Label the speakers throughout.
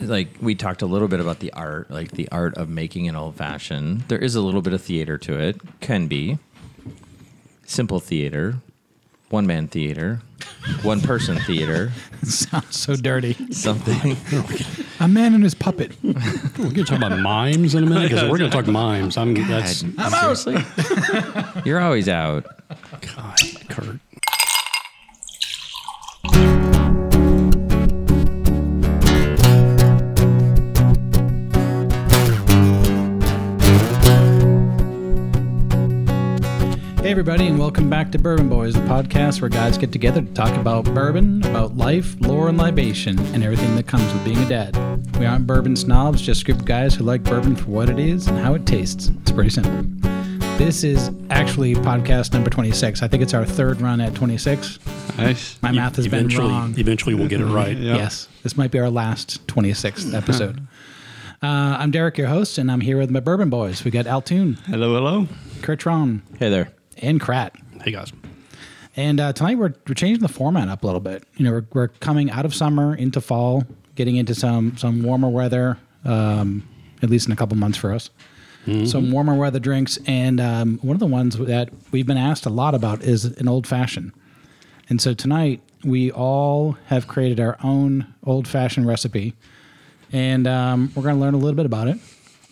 Speaker 1: like we talked a little bit about the art, like the art of making an old fashioned. There is a little bit of theater to it. Can be simple theater, one man theater, one person theater,
Speaker 2: Sounds so dirty.
Speaker 1: something.
Speaker 2: A man and his puppet.
Speaker 3: We're going to talk about mimes in a minute because we're going to talk mimes. I'm that's
Speaker 1: God, seriously, you're always out.
Speaker 3: God, oh, Kurt.
Speaker 2: Hey, everybody, and welcome back to Bourbon Boys, the podcast where guys get together to talk about bourbon, about life, lore, and libation, and everything that comes with being a dad. We aren't bourbon snobs, just a group of guys who like bourbon for what it is and how it tastes. It's pretty simple. This is actually podcast number 26. I think it's our third run at 26.
Speaker 4: Nice.
Speaker 2: My math has been
Speaker 3: E- eventually,
Speaker 2: wrong.
Speaker 3: Eventually, we'll get it right.
Speaker 4: Yeah.
Speaker 2: Yes, this might be our last 26th episode. Uh, I'm Derek, your host, and I'm here with my Bourbon Boys. We got Altoon,
Speaker 4: Hello, hello.
Speaker 2: Kurtron,
Speaker 1: Hey there.
Speaker 2: and Krat.
Speaker 3: Hey guys,
Speaker 2: And uh, tonight we're, we're changing the format up a little bit. You know, we're, we're coming out of summer into fall, getting into some some warmer weather, um, at least in a couple months for us. Some warmer weather drinks, and um, one of the ones that we've been asked a lot about is an old fashioned. And so tonight we all have created our own old fashioned recipe, and um, we're going to learn a little bit about it.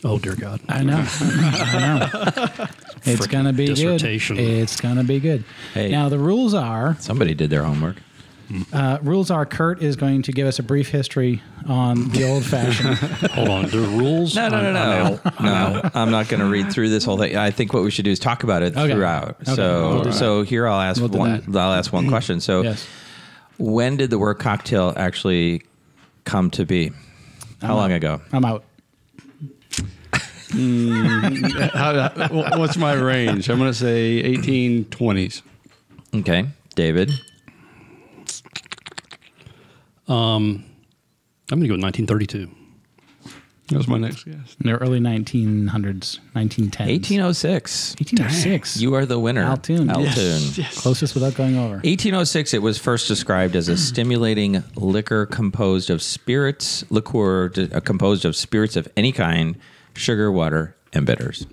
Speaker 3: oh dear God,
Speaker 2: I know. I know. It's going to be good.
Speaker 3: dissertation.
Speaker 2: It's going to be good.
Speaker 1: Hey.
Speaker 2: Now, the rules are
Speaker 1: Somebody did their homework.
Speaker 2: uh, rules are Kurt is going to give us a brief history on the old fashioned.
Speaker 3: hold on. The rules.
Speaker 1: No, no, no,
Speaker 3: I'm- I'm
Speaker 1: no.
Speaker 3: out.
Speaker 1: no, I'm not going to read through this whole thing. I think what we should do is talk about it
Speaker 2: Okay.
Speaker 1: throughout.
Speaker 2: Okay,
Speaker 1: So,
Speaker 2: we'll do that.
Speaker 1: so here I'll ask
Speaker 2: We'll do
Speaker 1: one.
Speaker 2: that.
Speaker 1: I'll ask one question. So,
Speaker 2: yes.
Speaker 1: when did the word cocktail actually come to be? How long ago?
Speaker 2: I'm out.
Speaker 4: How, how- wh- what's my range? I'm going to say 1820s.
Speaker 1: Okay, David.
Speaker 3: I'm going to go with 1932.
Speaker 4: That was my next guess.
Speaker 2: In the early 1900s, 1910s.
Speaker 1: 1806.
Speaker 2: 1806.
Speaker 1: You are the winner.
Speaker 2: Altoon.
Speaker 1: Altoon.
Speaker 2: Closest without going over.
Speaker 1: 1806, it was first described as a stimulating liquor composed of spirits, liqueur d- uh, composed of spirits of any kind, sugar, water, and bitters.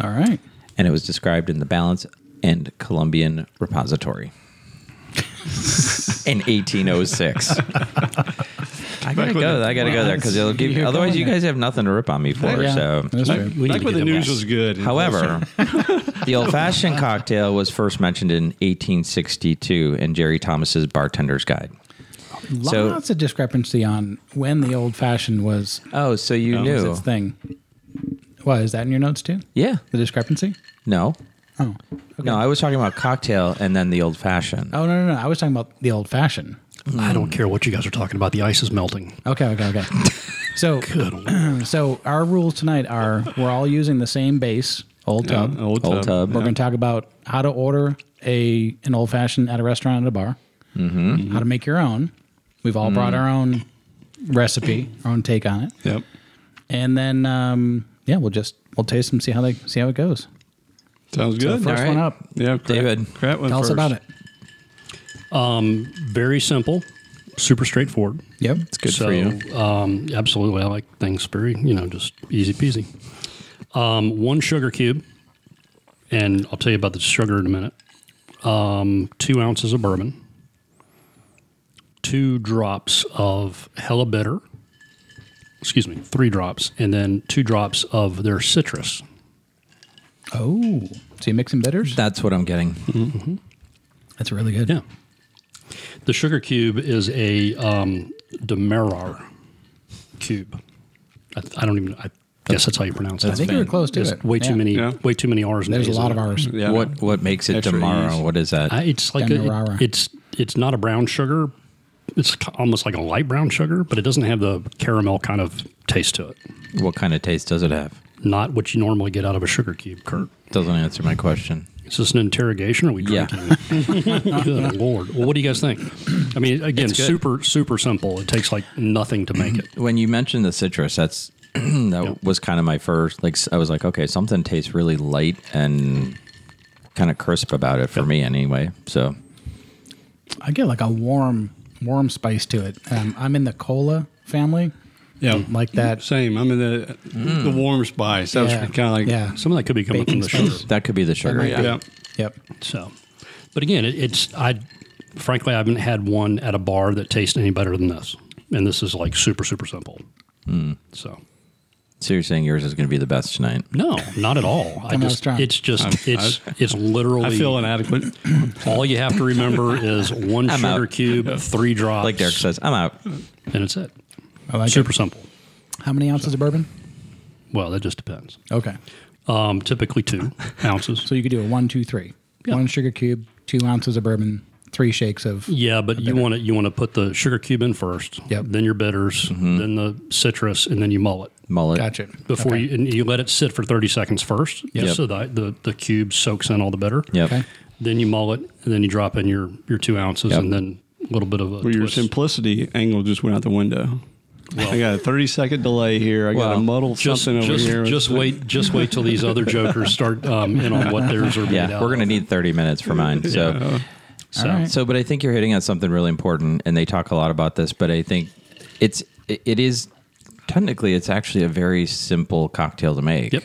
Speaker 2: All right.
Speaker 1: and it was described in the Balance and Columbian Repository in 1806. I gotta go. I gotta go there because it'll give.
Speaker 2: You're
Speaker 1: Otherwise,
Speaker 2: going
Speaker 1: you
Speaker 2: there.
Speaker 1: guys have nothing to rip on me for.
Speaker 2: Yeah,
Speaker 1: So,
Speaker 2: that's true.
Speaker 3: We need
Speaker 4: Back
Speaker 3: to get
Speaker 4: when the
Speaker 3: them
Speaker 4: news
Speaker 3: out.
Speaker 4: was good.
Speaker 1: however, the old-fashioned cocktail was first mentioned in 1862 in Jerry Thomas's Bartender's Guide. So-
Speaker 2: Lots of discrepancy on when the old fashioned was,
Speaker 1: Oh, so you
Speaker 2: was
Speaker 1: knew?
Speaker 2: its thing. Why, is that in your notes too?
Speaker 1: Yeah.
Speaker 2: The discrepancy?
Speaker 1: No.
Speaker 2: Oh.
Speaker 1: No, I was talking about cocktail and then the old-fashioned.
Speaker 2: Oh, no, no, no. I was talking about the old fashioned.
Speaker 3: I don't care what you guys are talking about. The ice is melting.
Speaker 2: Okay, okay, okay. So, so our rules tonight are we're all using the same base, um, old tub.
Speaker 4: old,
Speaker 1: Old
Speaker 4: tub.
Speaker 1: tub.
Speaker 2: We're going to talk about how to order a an old fashioned at a restaurant at a bar. Mm-hmm. How to make your own. We've all brought our own recipe, our own take on it,
Speaker 4: Yep.
Speaker 2: and then um, yeah, we'll just we'll taste them, see how they see how it goes.
Speaker 4: Sounds good.
Speaker 2: first
Speaker 1: All
Speaker 2: one
Speaker 1: right.
Speaker 2: up.
Speaker 4: Yeah, Krat-
Speaker 1: David.
Speaker 4: Krat went
Speaker 2: Tell us
Speaker 4: first.
Speaker 2: about it.
Speaker 3: Very simple, super straightforward.
Speaker 2: Yep.
Speaker 1: Good
Speaker 3: so,
Speaker 1: for you.
Speaker 3: Um, absolutely, I like things very, you know, just easy peasy. Um, one sugar cube, and I'll tell you about the sugar in a minute. Um, two ounces of bourbon, two drops of hella bitter, excuse me, three drops, and then two drops of their citrus.
Speaker 2: Oh, so you mixing bitters?
Speaker 1: That's what I'm getting.
Speaker 2: That's really good.
Speaker 3: Yeah. The sugar cube is a um, Demerara cube. I, I don't even. I guess that's how you pronounce
Speaker 2: I
Speaker 3: it.
Speaker 2: think you were close to
Speaker 3: There's
Speaker 2: it.
Speaker 3: way too
Speaker 2: Yeah.
Speaker 3: many,
Speaker 4: Yeah.
Speaker 3: way too many R's. and
Speaker 2: There's a
Speaker 3: A's
Speaker 2: lot
Speaker 3: in
Speaker 2: of
Speaker 3: it.
Speaker 2: ours.
Speaker 4: Yeah.
Speaker 1: What What makes it
Speaker 4: Extra
Speaker 1: tomorrow?
Speaker 4: yeast.
Speaker 1: What is that?
Speaker 3: I, it's like a,
Speaker 2: Demerara.
Speaker 3: it's it's not a brown sugar. It's ca- almost like a light brown sugar, but it doesn't have the caramel kind of taste to it.
Speaker 1: What kind of taste does it have?
Speaker 3: Not what you normally get out of a sugar cube, Kurt.
Speaker 1: Doesn't answer my question.
Speaker 3: Is this an interrogation? Or are we
Speaker 1: Yeah.
Speaker 3: drinking? good lord. Well, what do you guys think? I mean, again,
Speaker 1: good. Mm-hmm.
Speaker 3: super super simple. It takes like nothing to make it.
Speaker 1: When you mentioned the citrus, that's that was kind of my first. Like s- I was like, okay, something tastes really light and kind of crisp about it for me, anyway. So
Speaker 2: I get like a warm, warm spice to it. Um, I'm in the cola family,
Speaker 4: Yeah.
Speaker 2: like that.
Speaker 4: Same. I'm in the the warm spice. That was
Speaker 2: Yeah.
Speaker 4: kind of like
Speaker 2: yeah.
Speaker 3: Some of that could be coming
Speaker 2: Baking
Speaker 3: from the
Speaker 2: spice.
Speaker 3: sugar.
Speaker 1: That could be the
Speaker 2: That
Speaker 1: sugar.
Speaker 2: might
Speaker 1: Yeah.
Speaker 2: be-
Speaker 4: Yeah.
Speaker 2: Yep.
Speaker 3: So, but again, it, it's I frankly I haven't had one at a bar that tastes any better than this, and this is like super super simple.
Speaker 1: Hmm.
Speaker 3: So
Speaker 1: So you're saying yours is going to be the best tonight?
Speaker 3: no, not at all.
Speaker 2: Come
Speaker 3: I
Speaker 2: on,
Speaker 3: just
Speaker 2: strong.
Speaker 3: it's just it's it's literally
Speaker 4: I feel inadequate.
Speaker 3: all you have to remember is one
Speaker 1: I'm
Speaker 3: sugar
Speaker 1: out.
Speaker 3: cube, three drops,
Speaker 1: Like Derek says, I'm out.
Speaker 3: and it's it.
Speaker 2: I like
Speaker 3: super simple.
Speaker 2: How many ounces of bourbon?
Speaker 3: Well, that just depends.
Speaker 2: Okay.
Speaker 3: Um, typically two ounces.
Speaker 2: So you could do a one, two, three.
Speaker 3: Yeah.
Speaker 2: One sugar cube, two ounces of bourbon, three shakes of.
Speaker 3: Yeah, but you want to you want to put the sugar cube in first,
Speaker 2: Yep.
Speaker 3: then your bitters,
Speaker 1: Mm-hmm.
Speaker 3: then the citrus, and then you mull it.
Speaker 1: Mullet.
Speaker 2: Gotcha.
Speaker 3: before
Speaker 2: Okay.
Speaker 3: you and you let it sit for 30 seconds first
Speaker 1: Yep.
Speaker 3: so that the, the cube soaks in all the bitter
Speaker 1: Yep.
Speaker 2: Okay.
Speaker 3: then you mull it and then you drop in your your two ounces
Speaker 1: Yep.
Speaker 3: and then a little bit of a
Speaker 4: Well, your
Speaker 3: twist.
Speaker 4: simplicity angle just went out the window. I got a 30 second delay here. I got
Speaker 1: Well,
Speaker 4: a muddled
Speaker 3: just
Speaker 4: something over
Speaker 3: just,
Speaker 4: here.
Speaker 3: just wait just wait till these other jokers start um, in on what theirs are made
Speaker 1: Yeah,
Speaker 3: out
Speaker 1: we're going to
Speaker 3: of.
Speaker 1: need 30 minutes for mine. So,
Speaker 2: All right.
Speaker 1: so, but I think you're hitting on something really important, and they talk a lot about this. But I think it's it, it is technically it's actually a very simple cocktail to make.
Speaker 3: Yep.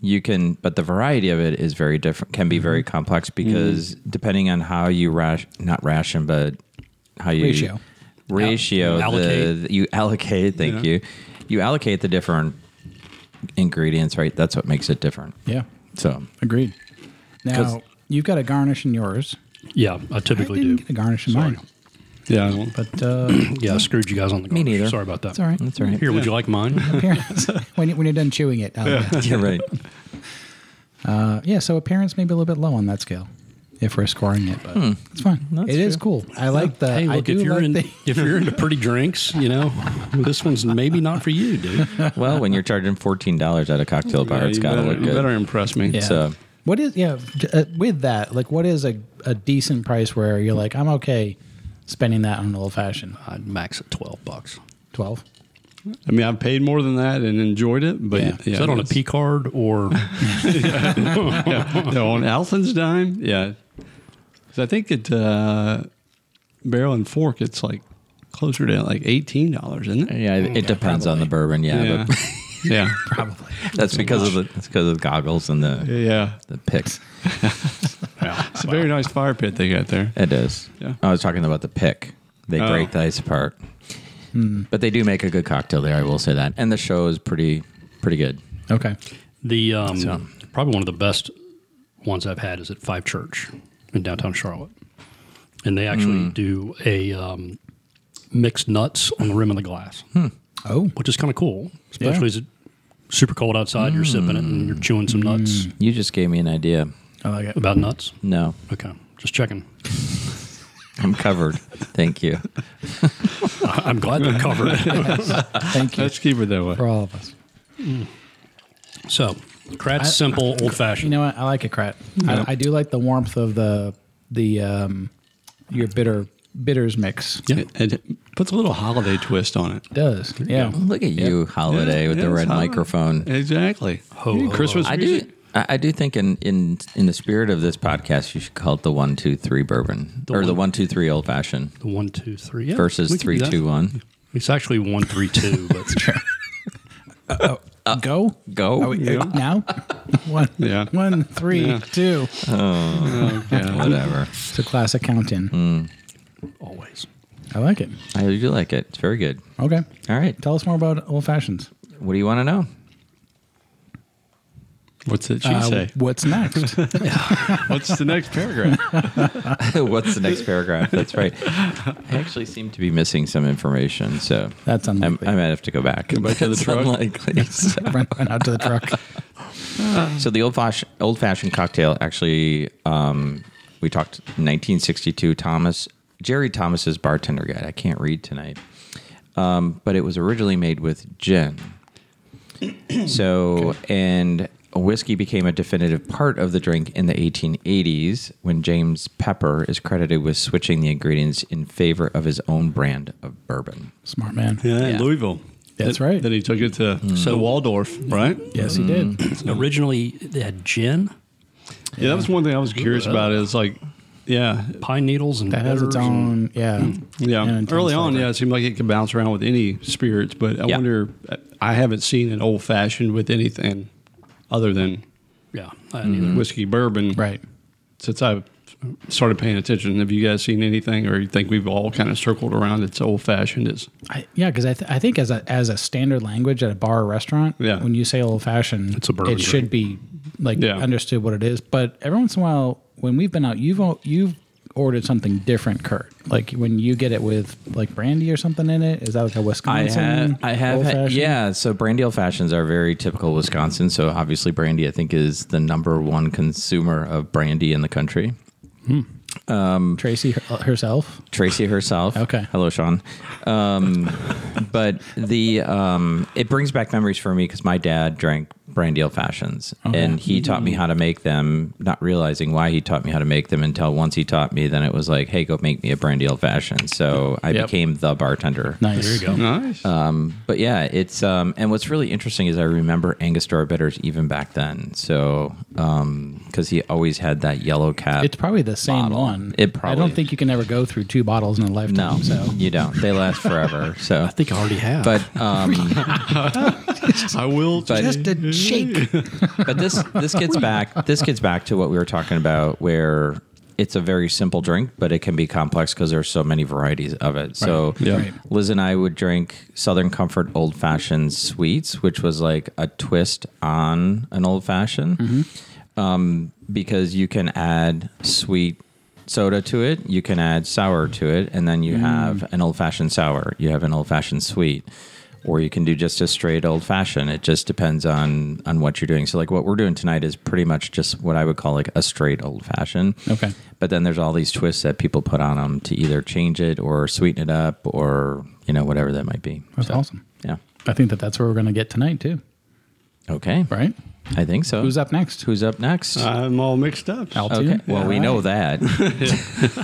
Speaker 1: You can, but the variety of it is very different. Can be very complex because depending on how you ration, not ration, but how you
Speaker 2: Ratio.
Speaker 1: ratio
Speaker 3: Al- allocate.
Speaker 1: the, you allocate. Thank
Speaker 4: Yeah.
Speaker 1: you. You allocate the different ingredients, right? That's what makes it different.
Speaker 2: Yeah.
Speaker 1: So
Speaker 2: Agreed.
Speaker 1: 'Cause-
Speaker 2: Now you've got a garnish in yours.
Speaker 3: yeah i
Speaker 2: I
Speaker 3: typically
Speaker 2: didn't
Speaker 3: do
Speaker 2: get a garnish in
Speaker 3: Sorry.
Speaker 2: mine,
Speaker 4: Yeah. I don't-
Speaker 2: but uh,
Speaker 3: yeah i screwed you guys on the garnish.
Speaker 1: neither.
Speaker 3: sorry about that
Speaker 2: it's all right.
Speaker 1: that's all right.
Speaker 3: here would you like mine
Speaker 2: Appearance. when, you, when you're done chewing it. I'll- yeah.
Speaker 1: Yeah, right.
Speaker 2: yeah. So appearance may be a little bit low on that scale if we're scoring it, but
Speaker 3: Hmm.
Speaker 2: it's fine. It is cool. I like the.
Speaker 3: hey
Speaker 2: I
Speaker 3: look
Speaker 2: do
Speaker 3: if you're
Speaker 2: like
Speaker 3: in
Speaker 2: the-
Speaker 3: if you're into pretty drinks you know this one's maybe not for you dude
Speaker 1: Well, when you're charging fourteen dollars at a cocktail bar,
Speaker 4: yeah,
Speaker 1: it's
Speaker 4: you
Speaker 1: got to
Speaker 4: better,
Speaker 1: look
Speaker 4: you
Speaker 1: good.
Speaker 4: better impress me.
Speaker 2: Yeah.
Speaker 1: So-
Speaker 2: what is yeah j- uh, with that? Like, what is a, a decent price where you're like, I'm okay spending that on an old fashioned
Speaker 3: i'd max at 12 bucks
Speaker 2: twelve?
Speaker 4: I mean, I've paid more than that and enjoyed it, but
Speaker 2: Yeah.
Speaker 4: yeah.
Speaker 3: Is that on a P card or
Speaker 4: yeah. No, on Alton's dime? Yeah. 'Cause I think at uh, Barrel and Fork, it's like closer to like $18, isn't it?
Speaker 1: yeah, it, it depends on the bourbon. Yeah,
Speaker 4: Yeah.
Speaker 1: but
Speaker 4: Yeah.
Speaker 2: Probably.
Speaker 1: that's because of the that's because of the goggles and the
Speaker 4: yeah.
Speaker 1: the picks.
Speaker 4: It's a very nice fire pit they got there.
Speaker 1: It is.
Speaker 4: Yeah.
Speaker 1: I was talking about the pick. They
Speaker 4: Oh.
Speaker 1: break the ice apart, but they do make a good cocktail there. I will say that, and the show is pretty pretty good.
Speaker 2: Okay.
Speaker 3: The um, probably one of the best ones I've had is at Five Church in downtown Charlotte, and they actually do a um, mixed nuts on the rim of the glass,
Speaker 2: Oh,
Speaker 3: which is kind of cool, especially as it's super cold outside. You're sipping it and you're chewing some nuts
Speaker 1: You just gave me an idea.
Speaker 2: I like it.
Speaker 3: about nuts.
Speaker 1: No,
Speaker 3: Okay, just checking.
Speaker 1: I'm covered. Thank you.
Speaker 3: I- I'm glad they're covered.
Speaker 2: Thank you
Speaker 4: Let's keep it that way.
Speaker 2: for all of us.
Speaker 3: so, Kratz simple, old
Speaker 2: You
Speaker 3: fashioned.
Speaker 2: know what? I like it, Krat. I, I do like the warmth of the the um, your bitter bitters mix.
Speaker 3: yeah.
Speaker 4: It, it puts a little holiday twist on it.
Speaker 2: It does. Yeah.
Speaker 1: Look at you, Holiday,
Speaker 4: Yeah,
Speaker 1: with
Speaker 4: yeah,
Speaker 1: the
Speaker 4: it's
Speaker 1: red
Speaker 4: holiday.
Speaker 1: microphone.
Speaker 4: Exactly.
Speaker 3: Ho,
Speaker 4: You need
Speaker 3: ho,
Speaker 4: Christmas
Speaker 1: I do.
Speaker 4: music.
Speaker 1: I I do think in, in in the spirit of this podcast, you should call it the one two three bourbon or the one two three old fashioned
Speaker 3: The one, two, three. Yeah,
Speaker 1: versus
Speaker 3: we can do
Speaker 1: three
Speaker 3: that.
Speaker 1: two one.
Speaker 3: It's actually one, three, two. But
Speaker 2: Uh, Go
Speaker 1: Go.
Speaker 2: now. One.
Speaker 4: Yeah.
Speaker 2: One. Three.
Speaker 4: Yeah.
Speaker 2: Two.
Speaker 4: Yeah.
Speaker 1: Whatever.
Speaker 2: It's a classic count in.
Speaker 3: always.
Speaker 2: I like it.
Speaker 1: I do like it. It's very good.
Speaker 2: Okay.
Speaker 1: All right.
Speaker 2: Tell us more about old fashions.
Speaker 1: What do you want to know?
Speaker 4: What's it she
Speaker 2: Uh,
Speaker 4: say?
Speaker 2: What's next?
Speaker 4: What's the next paragraph?
Speaker 1: What's the next paragraph? That's right. I actually seem to be missing some information, so
Speaker 2: That's
Speaker 1: I'm,
Speaker 2: unlikely.
Speaker 1: I might have to go back.
Speaker 4: back to the
Speaker 1: That's
Speaker 4: truck.
Speaker 1: Unlikely. So,
Speaker 2: Run, run out to the truck.
Speaker 1: so the old fashioned old fashioned cocktail actually, um, we talked 1962. Thomas Jerry Thomas's bartender guide. I can't read tonight, um, but it was originally made with gin. So, and whiskey became a definitive part of the drink in the 1880s when James Pepper is credited with switching the ingredients in favor of his own brand of bourbon.
Speaker 2: Smart man.
Speaker 4: Yeah, in
Speaker 1: Yeah.
Speaker 4: Louisville.
Speaker 2: That's
Speaker 4: That-
Speaker 2: right. Mm-hmm.
Speaker 4: Then he took it to so Waldorf, right?
Speaker 2: Yes, he did.
Speaker 3: Originally, they had gin.
Speaker 4: Yeah, that was one thing I was curious about. Is like yeah,
Speaker 3: Pine needles and
Speaker 2: That has its
Speaker 3: bitters and-
Speaker 2: own, yeah.
Speaker 4: Mm. yeah.
Speaker 2: an intense
Speaker 4: Early on,
Speaker 2: flavor.
Speaker 4: yeah, it seemed like it could bounce around with any spirits, but I
Speaker 1: Yeah.
Speaker 4: wonder. I haven't seen an old fashioned with anything other than
Speaker 3: Yeah, I didn't
Speaker 1: Mm.
Speaker 3: either.
Speaker 4: whiskey bourbon,
Speaker 2: Mm-hmm. Right.
Speaker 4: Since I started paying attention, have you guys seen anything, or you think we've all kind of circled around? It's old fashioned. It's
Speaker 2: I, yeah, because I, th- I think as a as a standard language at a bar or restaurant,
Speaker 4: Yeah.
Speaker 2: when you say old fashioned,
Speaker 3: It's a bourbon
Speaker 2: it should be like
Speaker 4: Yeah.
Speaker 2: understood what it is. But every once in a while, when we've been out, you've o- you've ordered something different, Kurt. Like when you get it with like brandy or something in it, is that like a
Speaker 1: I
Speaker 2: Wisconsin?
Speaker 1: have, I have, had,
Speaker 2: old-fashioned?
Speaker 1: yeah. So brandy old fashions are very typical Wisconsin. So obviously, brandy I think is the number one consumer of brandy in the country.
Speaker 2: Tracy her- uh, herself.
Speaker 1: Tracy herself.
Speaker 2: Okay.
Speaker 1: Hello, Sean. Um, but the um, it brings back memories for me because my dad drank brandy old fashions, and he taught
Speaker 2: Mm-hmm.
Speaker 1: me how to make them. Not realizing why he taught me how to make them until once he taught me, then it was like, hey, go make me a brandy old fashioned. So I
Speaker 4: Yep.
Speaker 1: became the bartender.
Speaker 2: Nice.
Speaker 3: There you go.
Speaker 4: nice.
Speaker 1: But yeah, it's um, and what's really interesting is I remember Angostura bitters even back then. So because he always had that yellow cap.
Speaker 2: It's probably the same
Speaker 1: Bottle.
Speaker 2: one.
Speaker 1: It
Speaker 2: I
Speaker 1: probably-
Speaker 2: don't think you can ever go through two bottles in a
Speaker 1: no,
Speaker 2: lifetime. So
Speaker 1: you don't. They last forever. So
Speaker 3: I think I already have.
Speaker 1: but um,
Speaker 4: I will.
Speaker 1: but
Speaker 2: a shake.
Speaker 1: but this this gets back this gets back to what we were talking about where it's a very simple drink but it can be complex because there's so many varieties of it so
Speaker 4: Yeah. Right.
Speaker 1: liz and i would drink southern comfort old fashioned sweets which was like a twist on an old fashioned um, because you can add sweet soda to it you can add sour to it and then
Speaker 2: Mm.
Speaker 1: you have an old fashioned sour you have an old fashioned sweet or you can do just a straight old fashioned it just depends on on what you're doing so like what we're doing tonight is pretty much just what i would call like a straight old fashioned
Speaker 2: Okay.
Speaker 1: but then there's all these twists that people put on them to either change it or sweeten it up or you know whatever that might be
Speaker 2: That's awesome.
Speaker 1: yeah
Speaker 2: I think that that's where we're going to get tonight too.
Speaker 1: okay
Speaker 2: Right?
Speaker 1: i think so
Speaker 2: Who's up next?
Speaker 1: who's up next
Speaker 4: I'm all mixed up.
Speaker 2: Altoon?
Speaker 1: okay well we
Speaker 2: All
Speaker 1: know that
Speaker 2: right.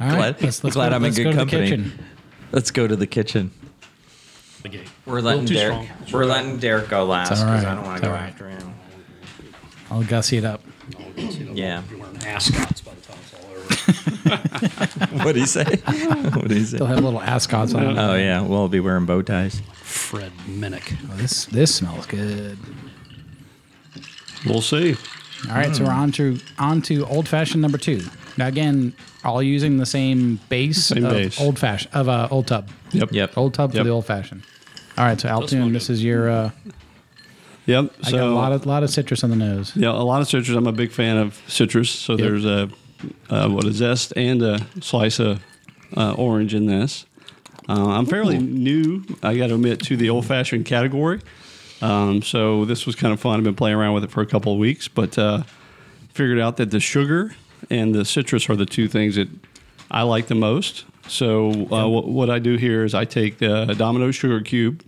Speaker 2: All right.
Speaker 1: glad-
Speaker 2: let's, let's
Speaker 1: glad
Speaker 2: go,
Speaker 1: I'm in
Speaker 2: let's
Speaker 1: good
Speaker 2: go to the
Speaker 1: company.
Speaker 2: kitchen.
Speaker 1: let's go to the kitchen
Speaker 3: the gate.
Speaker 1: we're letting
Speaker 3: too
Speaker 1: derek
Speaker 3: strong.
Speaker 1: we're letting derek go last
Speaker 2: It's all
Speaker 1: because i
Speaker 2: right.
Speaker 1: don't want
Speaker 2: It's
Speaker 1: to go
Speaker 2: all right.
Speaker 1: after him
Speaker 2: I'll gussy it up.
Speaker 1: yeah
Speaker 3: You're wearing ascots by the time it's all over.
Speaker 1: what do you say what do you say
Speaker 2: They'll have little ascots on.
Speaker 1: oh yeah we'll be wearing bow ties
Speaker 3: Fred Minnick.
Speaker 1: Uh.
Speaker 2: Oh, this this smells good.
Speaker 4: We'll see.
Speaker 2: All right,
Speaker 1: Mm.
Speaker 2: so we're on to on to old fashioned number two. Now again, all using the same base
Speaker 4: Same
Speaker 2: of
Speaker 4: base.
Speaker 2: old fashion of uh, old tub.
Speaker 4: Yep.
Speaker 1: Yep.
Speaker 2: Old tub for
Speaker 4: Yep.
Speaker 2: the old fashioned. All right, so
Speaker 3: smell
Speaker 2: Altoon,
Speaker 3: good.
Speaker 2: this is your. Uh,
Speaker 4: Yep.
Speaker 2: I
Speaker 4: so
Speaker 2: got a lot of lot of citrus on the nose.
Speaker 4: yeah, a lot of citrus. I'm a big fan of citrus. So there's a uh, what a zest and a slice of uh, orange in this. Uh, I'm fairly new. I got to admit to the old fashioned category. Um, so this was kind of fun. I've been playing around with it for a couple of weeks, but uh, figured out that the sugar and the citrus are the two things that I like the most. So uh, what, what I do here is I take the Domino sugar cube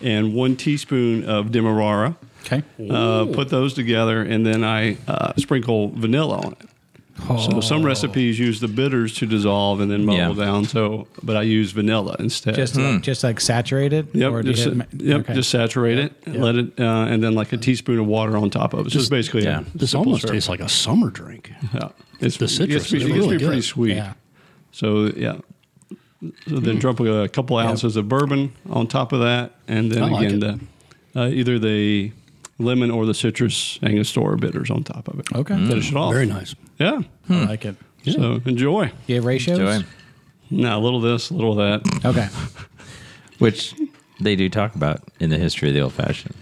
Speaker 4: and one teaspoon of Demerara
Speaker 2: Okay.
Speaker 4: uh, put those together, and then I uh, sprinkle vanilla on it.
Speaker 3: Oh.
Speaker 4: So some recipes use the bitters to dissolve and then bubble
Speaker 1: Yeah.
Speaker 4: down. So, but I use vanilla instead. Hmm.
Speaker 2: Just just like saturated.
Speaker 4: yep, just,
Speaker 2: hit ma-
Speaker 4: yep,
Speaker 2: okay.
Speaker 4: just saturate it, let it, uh, and then like a teaspoon of water on top of it. So it's basically
Speaker 1: yeah.
Speaker 4: a
Speaker 3: This
Speaker 4: simple
Speaker 3: almost
Speaker 4: syrup.
Speaker 3: tastes like a summer drink.
Speaker 4: Yeah. It's,
Speaker 3: The
Speaker 4: It
Speaker 3: citrus
Speaker 4: gets, me-
Speaker 3: is
Speaker 4: it gets
Speaker 3: really
Speaker 4: me
Speaker 3: good.
Speaker 4: pretty sweet.
Speaker 2: Yeah.
Speaker 4: So yeah. So
Speaker 3: Mm.
Speaker 4: then drop a couple ounces of bourbon on top of that, and then
Speaker 3: I like
Speaker 4: again
Speaker 3: it.
Speaker 4: the, uh, either the lemon or the citrus Angostura bitters on top of it.
Speaker 2: Okay.
Speaker 3: Hmm.
Speaker 4: Finish it off.
Speaker 3: Very nice.
Speaker 4: Yeah.
Speaker 2: I like it.
Speaker 4: So enjoy.
Speaker 2: Do you have ratios?
Speaker 1: Joy.
Speaker 4: Now a little this, a little that.
Speaker 2: Okay.
Speaker 1: which they do talk about in the history of the old fashioned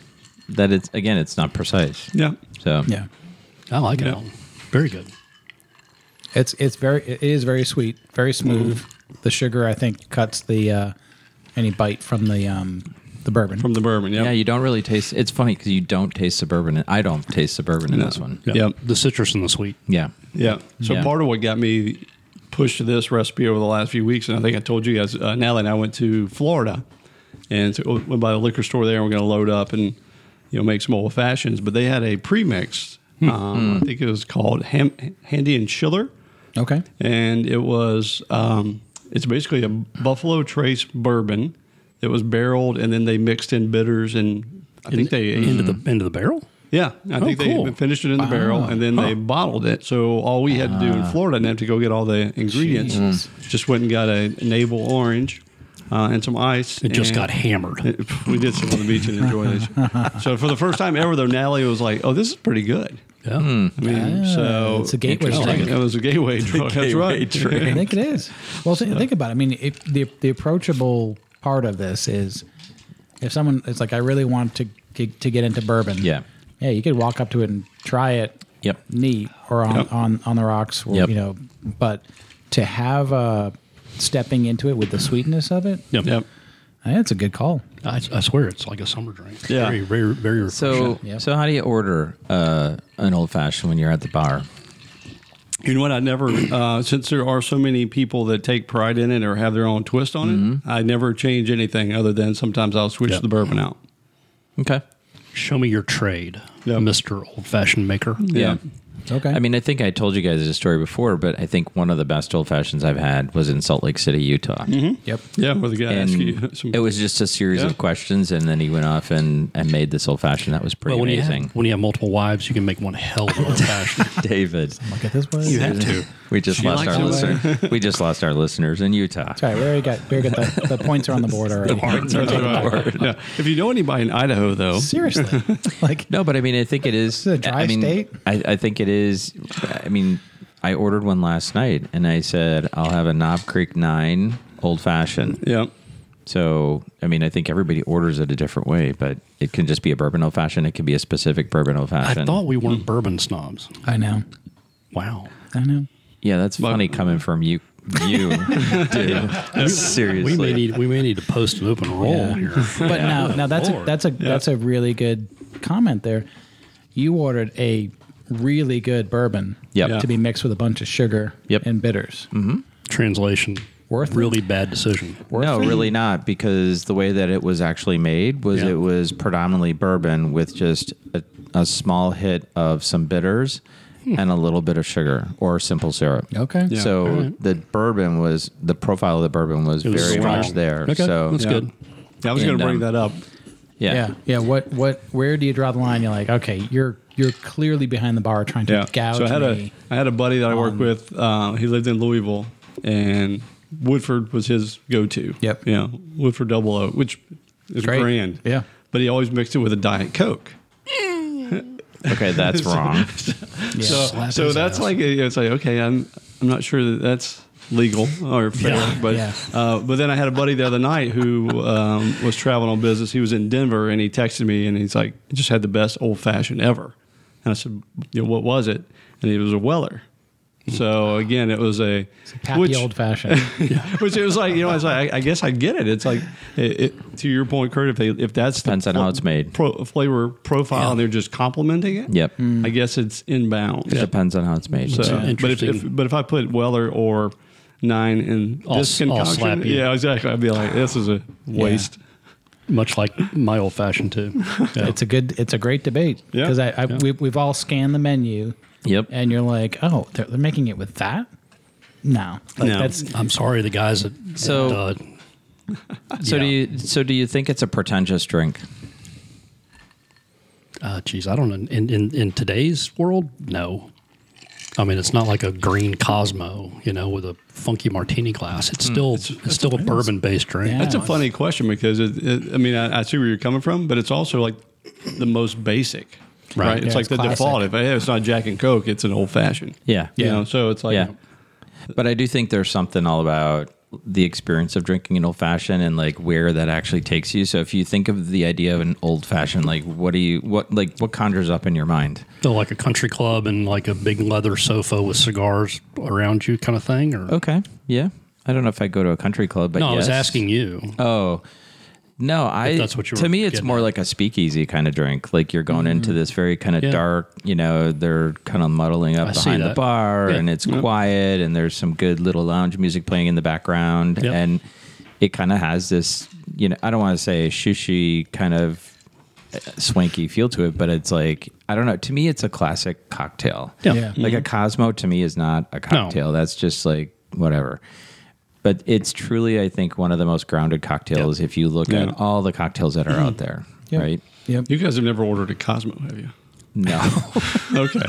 Speaker 1: that it's again it's not precise
Speaker 4: Yeah.
Speaker 1: so
Speaker 2: Yeah.
Speaker 3: I like it.
Speaker 4: Yeah.
Speaker 3: Alan. Very good.
Speaker 2: It's it's very it is very sweet, very smooth.
Speaker 4: Mm-hmm.
Speaker 2: The sugar I think cuts the uh, any bite from the um, the bourbon.
Speaker 4: From the bourbon. Yep.
Speaker 1: Yeah, you don't really taste. It's funny because you don't taste suburban. and I don't taste suburban in this one.
Speaker 3: Yeah.
Speaker 4: Yep.
Speaker 3: The citrus and the sweet.
Speaker 1: Yeah,
Speaker 4: Yeah. So
Speaker 1: Yeah.
Speaker 4: part of what got me pushed to this recipe over the last few weeks, and I think I told you guys, uh, Natalie and I went to Florida, and so went by the liquor store there. and We're going to load up and you know make some old fashions, but they had a premix.
Speaker 1: Hmm.
Speaker 4: Um, I think it was called Ham- Handy and Schiller,
Speaker 2: Okay.
Speaker 4: and it was um, it's basically a Buffalo Trace bourbon that was barreled, and then they mixed in bitters and I think they
Speaker 1: Mm.
Speaker 3: into the into the barrel.
Speaker 4: Yeah, I think they
Speaker 3: cool.
Speaker 4: finished it in the barrel and then they bottled it. So all we had to do in Florida, I didn't have to go get all the ingredients. Just went and got a navel orange uh, and some ice.
Speaker 3: It just
Speaker 4: and-
Speaker 3: got hammered.
Speaker 4: It- we did sit on the beach and enjoy this. so for the first time ever, though, Natalie was like, "Oh, this is pretty good."
Speaker 3: yeah.
Speaker 1: Mm.
Speaker 4: I mean, so
Speaker 2: Ah, it's a gateway
Speaker 1: interesting.
Speaker 2: drug.
Speaker 4: That was a gateway drug. That's right.
Speaker 2: I think it is. Well, think think about it. I mean, if the the approachable part of this is if someone it's like I really want to get, to get into bourbon.
Speaker 1: Yeah.
Speaker 2: Yeah, you could walk up to it and try it.
Speaker 1: Yep.
Speaker 2: Neat or on
Speaker 4: Yep.
Speaker 2: on, on the rocks or
Speaker 1: Yep.
Speaker 2: you know, but to have uh stepping into it with the sweetness of it,
Speaker 3: Yep.
Speaker 4: Yep.
Speaker 2: eh, that's a good call.
Speaker 3: I, I swear it's like a summer drink.
Speaker 4: Yeah.
Speaker 3: Very, very, very refreshing.
Speaker 1: So,
Speaker 2: Yep.
Speaker 1: so how do you order uh, an old fashioned when you're at the bar?
Speaker 4: You know what? I never, uh, since there are so many people that take pride in it or have their own twist on it, I never change anything other than sometimes I'll switch
Speaker 3: Yeah.
Speaker 4: the bourbon out.
Speaker 1: Okay.
Speaker 3: Show me your trade,
Speaker 4: Yep.
Speaker 3: Mr. Old Fashioned Maker.
Speaker 1: Yeah.
Speaker 2: Okay.
Speaker 1: I mean, I think I told you guys this story before, but I think one of the best old fashions I've had was in Salt Lake City, Utah.
Speaker 2: yep.
Speaker 4: Yeah, where the guy
Speaker 1: And
Speaker 4: asks you some.
Speaker 1: it was just a series
Speaker 4: Yeah.
Speaker 1: of questions, and then he went off and, and made this old fashioned. That was pretty
Speaker 3: Well, when you,
Speaker 1: amazing.
Speaker 3: have, when you have multiple wives, you can make one hell of an old fashioned.
Speaker 1: David,
Speaker 2: Look at this one.
Speaker 4: to.
Speaker 1: we just
Speaker 4: She
Speaker 1: lost
Speaker 4: likes
Speaker 1: our
Speaker 4: it.
Speaker 1: listener. we just lost our listeners in Utah.
Speaker 2: Sorry, we already got we already got the, the points are on the board already.
Speaker 4: That's right. Yeah. If you know anybody in Idaho, though,
Speaker 2: Seriously. like
Speaker 1: No, but I mean, I think it is.
Speaker 2: This is a dry
Speaker 1: I mean,
Speaker 2: state.
Speaker 1: I, I think it is. I mean, I ordered one last night, and I said I'll have a Knob Creek Nine Old Fashioned.
Speaker 4: yeah,
Speaker 1: So, I mean, I think everybody orders it a different way, but it can just be a bourbon old fashioned. It can be a specific bourbon old
Speaker 3: I
Speaker 1: fashioned.
Speaker 3: thought we
Speaker 4: Mm.
Speaker 3: weren't bourbon snobs.
Speaker 2: I know.
Speaker 3: Wow.
Speaker 2: I know.
Speaker 1: Yeah, that's
Speaker 4: But-
Speaker 1: funny coming from you, you, dude. Seriously,
Speaker 3: We may need we may need to post an open roll here.
Speaker 2: But now, now that's a,
Speaker 3: Lord.
Speaker 2: that's a that's a really good comment there. You ordered a really good bourbon
Speaker 1: Yep. Yeah.
Speaker 2: to be mixed with a bunch of sugar
Speaker 1: Yep.
Speaker 2: and bitters.
Speaker 3: Translation.
Speaker 2: Worth it.
Speaker 3: really bad decision.
Speaker 1: no, really not, because the way that it was actually made was
Speaker 3: Yeah.
Speaker 1: it was predominantly bourbon with just a, a small hit of some bitters
Speaker 3: Hmm.
Speaker 1: and a little bit of sugar or simple syrup.
Speaker 2: Okay. Yeah.
Speaker 1: So the bourbon was the profile of the bourbon was,
Speaker 3: was
Speaker 1: very
Speaker 3: strong.
Speaker 1: much there.
Speaker 3: Okay,
Speaker 1: so
Speaker 3: that's
Speaker 4: yeah.
Speaker 3: good.
Speaker 4: Yeah, I was
Speaker 1: And,
Speaker 4: going to bring
Speaker 1: um,
Speaker 4: that up.
Speaker 1: yeah.
Speaker 2: yeah, What what where do you draw the line? You're like, okay, you're you're clearly behind the bar trying to
Speaker 4: Yeah.
Speaker 2: gouge
Speaker 4: so I had
Speaker 2: me.
Speaker 4: a I had a buddy that I worked
Speaker 2: on-
Speaker 4: with. Uh, he lived in Louisville, and Woodford was his go-to.
Speaker 2: Yep.
Speaker 4: Yeah, Woodford Double O, which is
Speaker 2: Great.
Speaker 4: grand.
Speaker 2: Yeah.
Speaker 4: But he always mixed it with a Diet Coke.
Speaker 1: Okay, that's wrong.
Speaker 2: Yeah.
Speaker 4: So,
Speaker 3: Slap
Speaker 4: so
Speaker 3: his
Speaker 4: that's
Speaker 3: ass.
Speaker 4: like it's like okay, I'm I'm not sure that that's legal or fair,
Speaker 3: Yeah.
Speaker 4: but
Speaker 2: Yeah.
Speaker 4: uh, but then I had a buddy the other night who um, was traveling on business. He was in Denver and he texted me and he's like, "I just had the best old fashioned ever," and I said, "You know, what was it?" And it was a Weller. So again, it was a
Speaker 2: Happy
Speaker 4: which-
Speaker 2: old fashioned.
Speaker 4: which it was like you know, I was like, I, I guess I get it. It's like it, it, to your point, Kurt. If they if that's
Speaker 1: Depends
Speaker 4: the
Speaker 1: on how it's made.
Speaker 4: pro, flavor profile, and they're just complimenting it.
Speaker 1: Yep.
Speaker 2: Hmm.
Speaker 4: I guess it's inbound.
Speaker 1: It depends on how it's made.
Speaker 4: So,
Speaker 3: an
Speaker 4: but if, if
Speaker 3: interesting-
Speaker 4: but if I put Weller or nine in
Speaker 3: I'll-
Speaker 4: this
Speaker 3: I'll
Speaker 4: concoction,
Speaker 3: slap you.
Speaker 4: yeah, exactly. I'd be like, this is a waste.
Speaker 3: Much like my old fashioned too. Yeah.
Speaker 2: It's a good. It's a great debate
Speaker 4: Yeah.
Speaker 2: because I, I we, we've all scanned the menu
Speaker 1: Yep.
Speaker 2: and you're like, oh, they're, they're making it with that. No, like
Speaker 4: No.
Speaker 2: that's
Speaker 3: I'm sorry, the guys that uh,
Speaker 1: So-
Speaker 3: that,
Speaker 1: So do you so do you think it's a pretentious drink?
Speaker 3: Uh, geez, I don't know. In, in in today's world, no. I mean, it's not like a green Cosmo, you know, with a funky martini glass. It's still it's, still a bourbon based drink.
Speaker 2: Yeah.
Speaker 4: That's a funny question because it, it, I mean I, I see where you're coming from, but it's also like the most basic, right?
Speaker 3: Right.
Speaker 4: It's
Speaker 2: Yeah,
Speaker 4: like
Speaker 2: it's
Speaker 4: the
Speaker 2: classic.
Speaker 4: default. If hey, it's not Jack and Coke, it's an old fashioned.
Speaker 1: Yeah.
Speaker 4: You
Speaker 2: Yeah.
Speaker 4: know, so it's like
Speaker 1: yeah. But I do think there's something all about the experience of drinking an old fashioned and like where that actually takes you. So if you think of the idea of an old fashioned, like what do you what like what conjures up in your mind?
Speaker 3: So like a country club and like a big leather sofa with cigars around you, kind of thing.
Speaker 4: Oh,
Speaker 3: Or
Speaker 1: Okay. Yeah. I don't know if I go to a country club, but
Speaker 3: no, I was
Speaker 1: yes.
Speaker 3: asking you.
Speaker 1: Oh. No, I.
Speaker 3: that's what you
Speaker 1: to
Speaker 3: were
Speaker 1: me, it's
Speaker 3: getting
Speaker 1: more
Speaker 3: at. Mm.
Speaker 1: like a speakeasy kind of drink. Like you're going into this very kind of
Speaker 3: Yeah.
Speaker 1: dark. You know, they're kind of muddling up
Speaker 3: I see
Speaker 1: behind the
Speaker 3: that.
Speaker 1: bar,
Speaker 3: Yeah.
Speaker 1: and it's quiet, and there's some good little lounge music playing in the background,
Speaker 3: Yep.
Speaker 1: and it kind of has this. You know, I don't want to say shushy kind of uh, swanky feel to it, but it's like I don't know. To me, it's a classic cocktail.
Speaker 3: Yeah. Mm-hmm.
Speaker 2: Yeah.
Speaker 1: Like a Cosmo to me is not a cocktail. That's just like whatever. But it's truly, I think, one of the most grounded cocktails if you look
Speaker 4: Yeah.
Speaker 1: at all the cocktails that are out there.
Speaker 2: Yep.
Speaker 1: Right?
Speaker 2: Yep.
Speaker 4: you guys have never ordered a Cosmo, have you?
Speaker 1: No,
Speaker 4: Okay.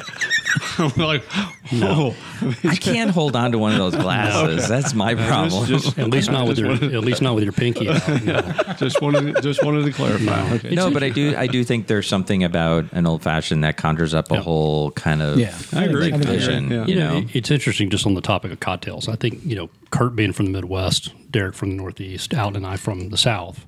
Speaker 4: I'm like, no.
Speaker 1: I can't hold on to one of those glasses. That's my problem.
Speaker 4: just,
Speaker 3: At least not with your,
Speaker 4: Just
Speaker 3: at least not with your pinky out. No.
Speaker 4: just wanted just wanted to clarify.
Speaker 3: No.
Speaker 4: Okay.
Speaker 1: no, but I do. I do think there's something about an old fashioned that conjures up a
Speaker 3: Yeah.
Speaker 1: whole kind of
Speaker 2: Yeah. I
Speaker 4: agree.
Speaker 1: like,
Speaker 4: I agree.
Speaker 1: vision.
Speaker 4: Yeah.
Speaker 1: You
Speaker 4: Yeah,
Speaker 1: know,
Speaker 3: It- it's interesting just on the topic of cocktails. I think, you know, Kurt being from the Midwest, Derek from the Northeast, Out and I from the South.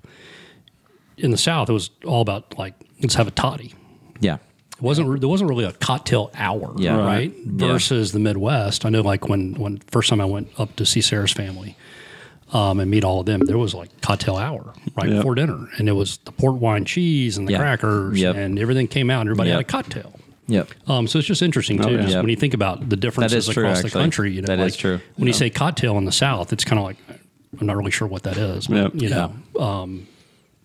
Speaker 3: In the South, it was all about like, let's have a toddy.
Speaker 1: yeah,
Speaker 3: It wasn't re- there wasn't really a cocktail hour,
Speaker 1: Yeah.
Speaker 3: right?
Speaker 1: Right. Yeah.
Speaker 3: Versus the Midwest. I know, like when when first time I went up to see Sarah's family um, and meet all of them, there was like cocktail hour right
Speaker 4: Yep.
Speaker 3: before dinner, and it was the port wine cheese and the
Speaker 1: Yeah.
Speaker 3: crackers
Speaker 1: Yep.
Speaker 3: and everything came out, and everybody had a
Speaker 1: Yep. Oh,
Speaker 3: cocktail.
Speaker 1: yep,
Speaker 3: Um, so it's just interesting too,
Speaker 4: yeah.
Speaker 3: just
Speaker 1: Yep.
Speaker 3: when you think about the differences
Speaker 1: true,
Speaker 3: across the
Speaker 1: actually.
Speaker 3: country. You know,
Speaker 1: That
Speaker 3: like,
Speaker 1: is true.
Speaker 3: When you say cocktail in the South, it's kind of like I'm not really sure what that is, but,
Speaker 4: Yep.
Speaker 3: you know. Um,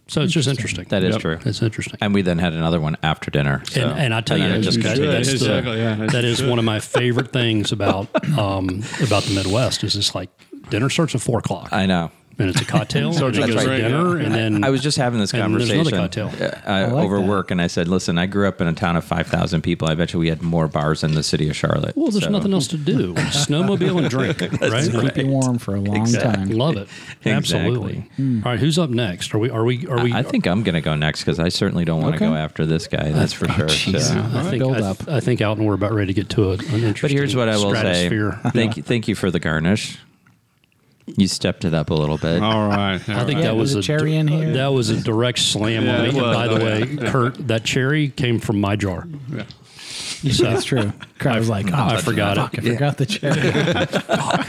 Speaker 3: so it's just interesting.
Speaker 1: that is
Speaker 4: Yep.
Speaker 1: true.
Speaker 3: it's interesting.
Speaker 1: And we then had another one after dinner. So.
Speaker 3: And, and I tell you,
Speaker 1: then it
Speaker 3: just
Speaker 1: just
Speaker 4: you
Speaker 3: that's,
Speaker 4: should.
Speaker 3: that's the-
Speaker 4: Exactly, yeah.
Speaker 3: that is one of my favorite things about um, about the Midwest is it's like dinner starts at four o'clock,
Speaker 1: I know.
Speaker 3: and it's a cocktail, and
Speaker 4: Starts
Speaker 3: it's
Speaker 4: with a
Speaker 3: a
Speaker 4: drink,
Speaker 3: dinner,
Speaker 4: yeah.
Speaker 3: and then
Speaker 1: I was just having this
Speaker 3: Mm. and there's
Speaker 1: conversation
Speaker 3: another cocktail.
Speaker 1: uh, uh,
Speaker 2: like
Speaker 1: over
Speaker 2: that.
Speaker 1: work, and I said, "Listen, I grew up in a town of five thousand people. I bet you we had more bars than the city of Charlotte."
Speaker 3: Well, there's
Speaker 1: So-
Speaker 3: nothing else to do. Snowmobile and drink, right?
Speaker 2: Keep you warm for a long time.
Speaker 3: Love it. Absolutely. All right, who's up next? Are we? Are we? Are we?
Speaker 1: Hmm. I think I'm going to go next because I certainly don't want to
Speaker 2: Okay.
Speaker 1: go after this guy. That's for sure.
Speaker 2: jeez.
Speaker 1: So-
Speaker 3: I think,
Speaker 2: Build
Speaker 3: I,
Speaker 2: up.
Speaker 3: I think out and we're about ready to get to a, an interesting.
Speaker 1: But here's what I will say.
Speaker 3: stratosphere.
Speaker 1: Thank you, thank you for the garnish. You stepped it up a little bit.
Speaker 3: Oh.
Speaker 4: All right.
Speaker 3: I think
Speaker 2: Yeah,
Speaker 3: that
Speaker 2: there's
Speaker 3: was
Speaker 2: a
Speaker 3: a
Speaker 2: cherry in here.
Speaker 3: That was a direct slam
Speaker 4: Yeah,
Speaker 3: on me.
Speaker 4: it
Speaker 3: And
Speaker 4: was.
Speaker 3: by the
Speaker 4: Oh,
Speaker 3: way, Kurt, that cherry came from my jar.
Speaker 2: That's true. Kurt was like, oh,
Speaker 3: I forgot
Speaker 2: fuck,
Speaker 3: it.
Speaker 2: I forgot the cherry.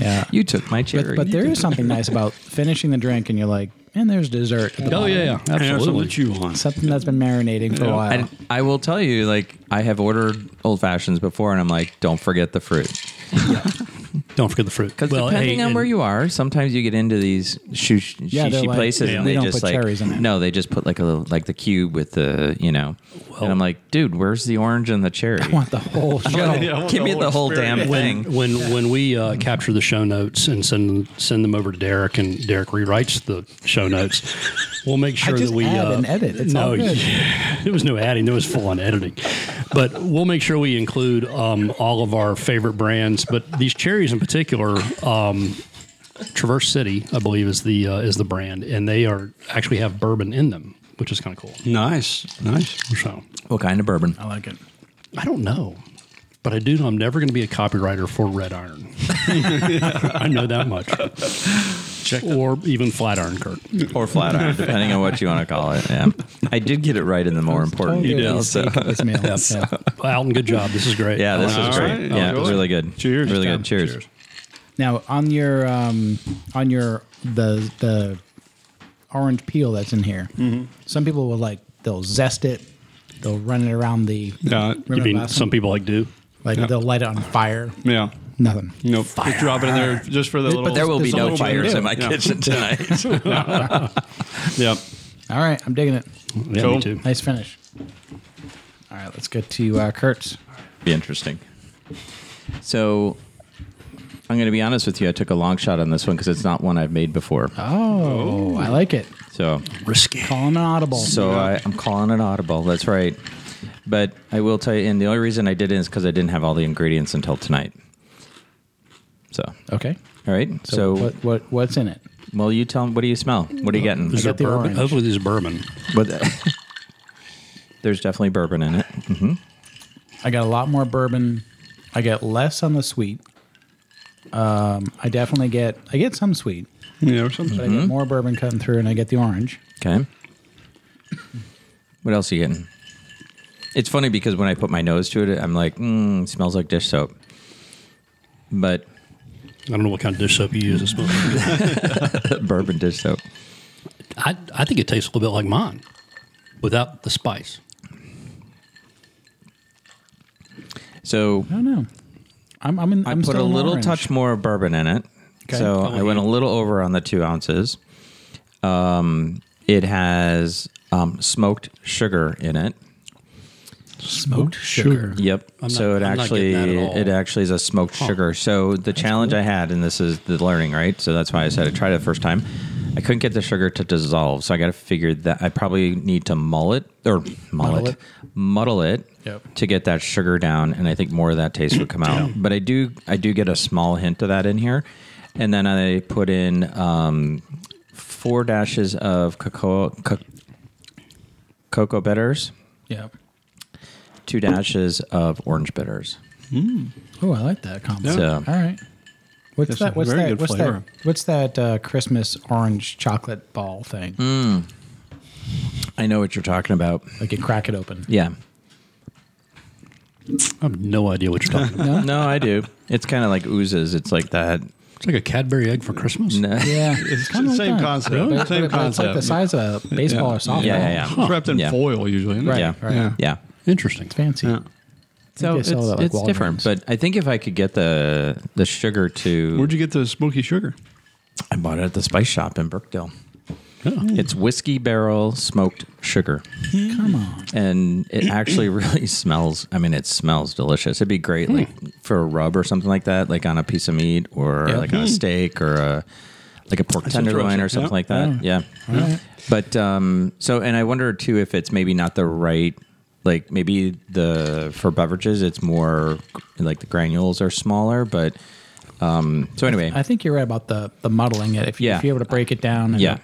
Speaker 2: yeah.
Speaker 1: You took my cherry.
Speaker 2: But, but there is something nice about finishing the drink and you're like, and there's dessert. at the
Speaker 3: Oh
Speaker 2: bottom."
Speaker 3: yeah, yeah, absolutely.
Speaker 2: Something that's been marinating for a while.
Speaker 1: and I will tell you, like I have ordered old fashions before, and I'm like, don't forget the fruit.
Speaker 3: Don't forget the fruit.
Speaker 1: Because depending on where you are, sometimes you get into these shush,
Speaker 2: Yeah, they're
Speaker 1: shishy
Speaker 2: like,
Speaker 1: places,
Speaker 2: yeah.
Speaker 1: and
Speaker 2: they
Speaker 1: they,
Speaker 2: don't
Speaker 1: just
Speaker 2: put
Speaker 1: like
Speaker 2: cherries in it.
Speaker 1: no, they just put like a little like the cube with the you know, and I'm like, dude, where's the orange and the cherry?
Speaker 2: I want the whole show.
Speaker 4: I want
Speaker 1: Give
Speaker 4: the
Speaker 1: me the whole
Speaker 4: whole
Speaker 1: damn
Speaker 3: when
Speaker 1: thing.
Speaker 3: when when we uh, capture the show notes and send send them over to Derek and Derek rewrites the show notes, we'll make sure
Speaker 2: just
Speaker 3: that we
Speaker 2: add
Speaker 3: uh,
Speaker 2: and edit. It's
Speaker 3: no,
Speaker 2: all good.
Speaker 3: yeah, there was no adding. There was full on editing, but we'll make sure we include um, all of our favorite brands. But these cherries in particular. Um, Traverse City, I believe, is the uh, is the brand, and they are actually have bourbon in them, which is kind of cool.
Speaker 4: Nice. Nice.
Speaker 3: So
Speaker 1: What kind of bourbon?
Speaker 2: I like it.
Speaker 3: I don't know, but I do know I'm never going to be a copywriter for Red Iron. I know that much. or even Flat Iron Kurt.
Speaker 1: or flat iron, depending on what you want to call it. Yeah, I did get it right in the more important
Speaker 2: Totally
Speaker 1: details. So.
Speaker 2: decent this meal. Yeah.
Speaker 3: Alton, good job. This is great.
Speaker 1: Yeah, this
Speaker 4: All
Speaker 1: was
Speaker 4: right.
Speaker 1: great. Yeah, it was
Speaker 4: Enjoy.
Speaker 1: really good.
Speaker 4: Cheers.
Speaker 1: Really
Speaker 4: Yeah.
Speaker 1: good. Cheers.
Speaker 2: Now on your um, on your the the orange peel that's in here, some people will like they'll zest it, they'll run it around the
Speaker 4: Yeah.
Speaker 3: you
Speaker 2: remember
Speaker 3: mean
Speaker 2: last
Speaker 3: some
Speaker 2: one?
Speaker 3: people like do?
Speaker 2: like they'll light it on fire.
Speaker 4: Yeah.
Speaker 2: Nothing.
Speaker 4: Nope. Just drop it in there just for the little.
Speaker 1: But there will be
Speaker 2: There's
Speaker 1: no
Speaker 2: so much you can
Speaker 1: fires
Speaker 2: do.
Speaker 1: in my
Speaker 4: Yeah.
Speaker 1: kitchen tonight.
Speaker 4: Yep.
Speaker 2: All right, I'm digging it.
Speaker 3: Yeah,
Speaker 4: Cool.
Speaker 3: me too.
Speaker 2: Nice finish. All right, let's get to uh, Kurt's.
Speaker 1: be interesting. So, I'm going to be honest with you. I took a long shot on this one because it's not one I've made before.
Speaker 2: Oh, I like it.
Speaker 1: So,
Speaker 3: Risky.
Speaker 2: Calling an audible.
Speaker 1: so I, I'm calling it audible. That's right. But I will tell you, and the only reason I didn't is because I didn't have all the ingredients until tonight. So,
Speaker 2: okay.
Speaker 1: all right.
Speaker 2: So,
Speaker 1: So,
Speaker 2: what, what what's in it?
Speaker 1: well, you tell them. What do you smell? What are you getting?
Speaker 3: Is there
Speaker 2: got the
Speaker 3: bourbon?
Speaker 2: orange.
Speaker 3: Hopefully, there's bourbon.
Speaker 1: But there's definitely bourbon in it.
Speaker 2: I got a lot more bourbon. I get less on the sweet. Um, I definitely get I get some sweet,
Speaker 4: Yeah. Or something.
Speaker 2: but I
Speaker 1: Hmm?
Speaker 2: get more bourbon cutting through, and I get the orange.
Speaker 1: Okay. What else are you getting? It's funny because when I put my nose to it, I'm like, mm, it smells like dish soap. But
Speaker 3: I don't know what kind of dish soap you use. This month.
Speaker 1: bourbon dish soap.
Speaker 3: I, I think it tastes a little bit like mine without the spice.
Speaker 1: So
Speaker 2: I don't know. I'm I'm, in,
Speaker 1: I
Speaker 2: I'm
Speaker 1: put
Speaker 2: still
Speaker 1: a
Speaker 2: in
Speaker 1: little
Speaker 2: orange.
Speaker 1: touch more bourbon in it.
Speaker 2: Okay.
Speaker 1: So
Speaker 2: Oh,
Speaker 1: I went a little over on the two ounces. Um, it has um, smoked sugar in it.
Speaker 2: smoked sugar.
Speaker 1: Yep.
Speaker 3: I'm
Speaker 1: so
Speaker 3: not-
Speaker 1: it
Speaker 3: I'm not
Speaker 1: actually
Speaker 3: getting that at all.
Speaker 1: it actually is a smoked sugar. So the challenge I had, and this is the learning, right? So that's why I said I tried it the first time. I couldn't get the sugar to dissolve, so I got to figure that I probably need to mull it or mull
Speaker 2: Muddle
Speaker 1: it,
Speaker 2: it.
Speaker 1: muddle it
Speaker 2: Yep.
Speaker 1: to get that sugar down, and I think more of that taste would come out. But I do, I do get a small hint of that in here, and then I put in um, four dashes of cocoa co- cocoa bitters,
Speaker 2: Yeah.
Speaker 1: two dashes of orange bitters.
Speaker 2: Oh, I like that combo.
Speaker 1: Yeah. So-
Speaker 2: All right. What's
Speaker 4: That's
Speaker 2: that?
Speaker 4: a
Speaker 2: What's
Speaker 4: very
Speaker 2: that?
Speaker 4: good
Speaker 2: What's
Speaker 4: flavor.
Speaker 2: that? What's that uh, Christmas orange chocolate ball thing?
Speaker 1: Mm. I know what you're talking about.
Speaker 2: Like you crack it open.
Speaker 1: Yeah.
Speaker 3: I have no idea what you're talking about.
Speaker 1: No, I do. It's kind of like oozes. It's like that.
Speaker 3: It's like a Cadbury egg for Christmas.
Speaker 1: No.
Speaker 2: Yeah,
Speaker 4: It's
Speaker 2: kinda
Speaker 4: the same
Speaker 2: that.
Speaker 4: concept.
Speaker 2: But- but-
Speaker 4: Same
Speaker 2: but It's like the
Speaker 4: concept.
Speaker 2: size of a baseball
Speaker 4: Yeah.
Speaker 2: or softball.
Speaker 1: Yeah, yeah, yeah.
Speaker 4: It's wrapped in
Speaker 1: Yeah.
Speaker 4: foil usually. Isn't
Speaker 2: Right,
Speaker 4: it?
Speaker 1: Yeah.
Speaker 2: right.
Speaker 4: Yeah.
Speaker 1: Yeah.
Speaker 3: Interesting.
Speaker 2: Fancy.
Speaker 4: Yeah.
Speaker 1: So
Speaker 2: they
Speaker 1: it's,
Speaker 2: sell that, like,
Speaker 1: it's different,
Speaker 2: Walgreens.
Speaker 1: but I think if I could get the the sugar to,
Speaker 4: Where'd you get the smoky sugar?
Speaker 1: I bought it at the spice shop in Brookdale.
Speaker 3: Yeah.
Speaker 1: It's whiskey barrel smoked sugar,
Speaker 2: Come on.
Speaker 1: and it actually really smells. I mean, it smells delicious. It'd be great like for a rub or something like that, like on a piece of meat or
Speaker 2: Yeah.
Speaker 1: like on a steak or a like a pork tenderloin or
Speaker 4: interesting.
Speaker 1: something
Speaker 4: Yeah.
Speaker 1: like that. Yeah.
Speaker 2: All right.
Speaker 1: But um, so, and I wonder too if it's maybe not the right, like maybe the for beverages it's more like the granules are smaller. But um, so anyway,
Speaker 2: I think you're right about the the muddling it. If, you,
Speaker 1: Yeah.
Speaker 2: if you're able to break it down. and-
Speaker 1: yeah,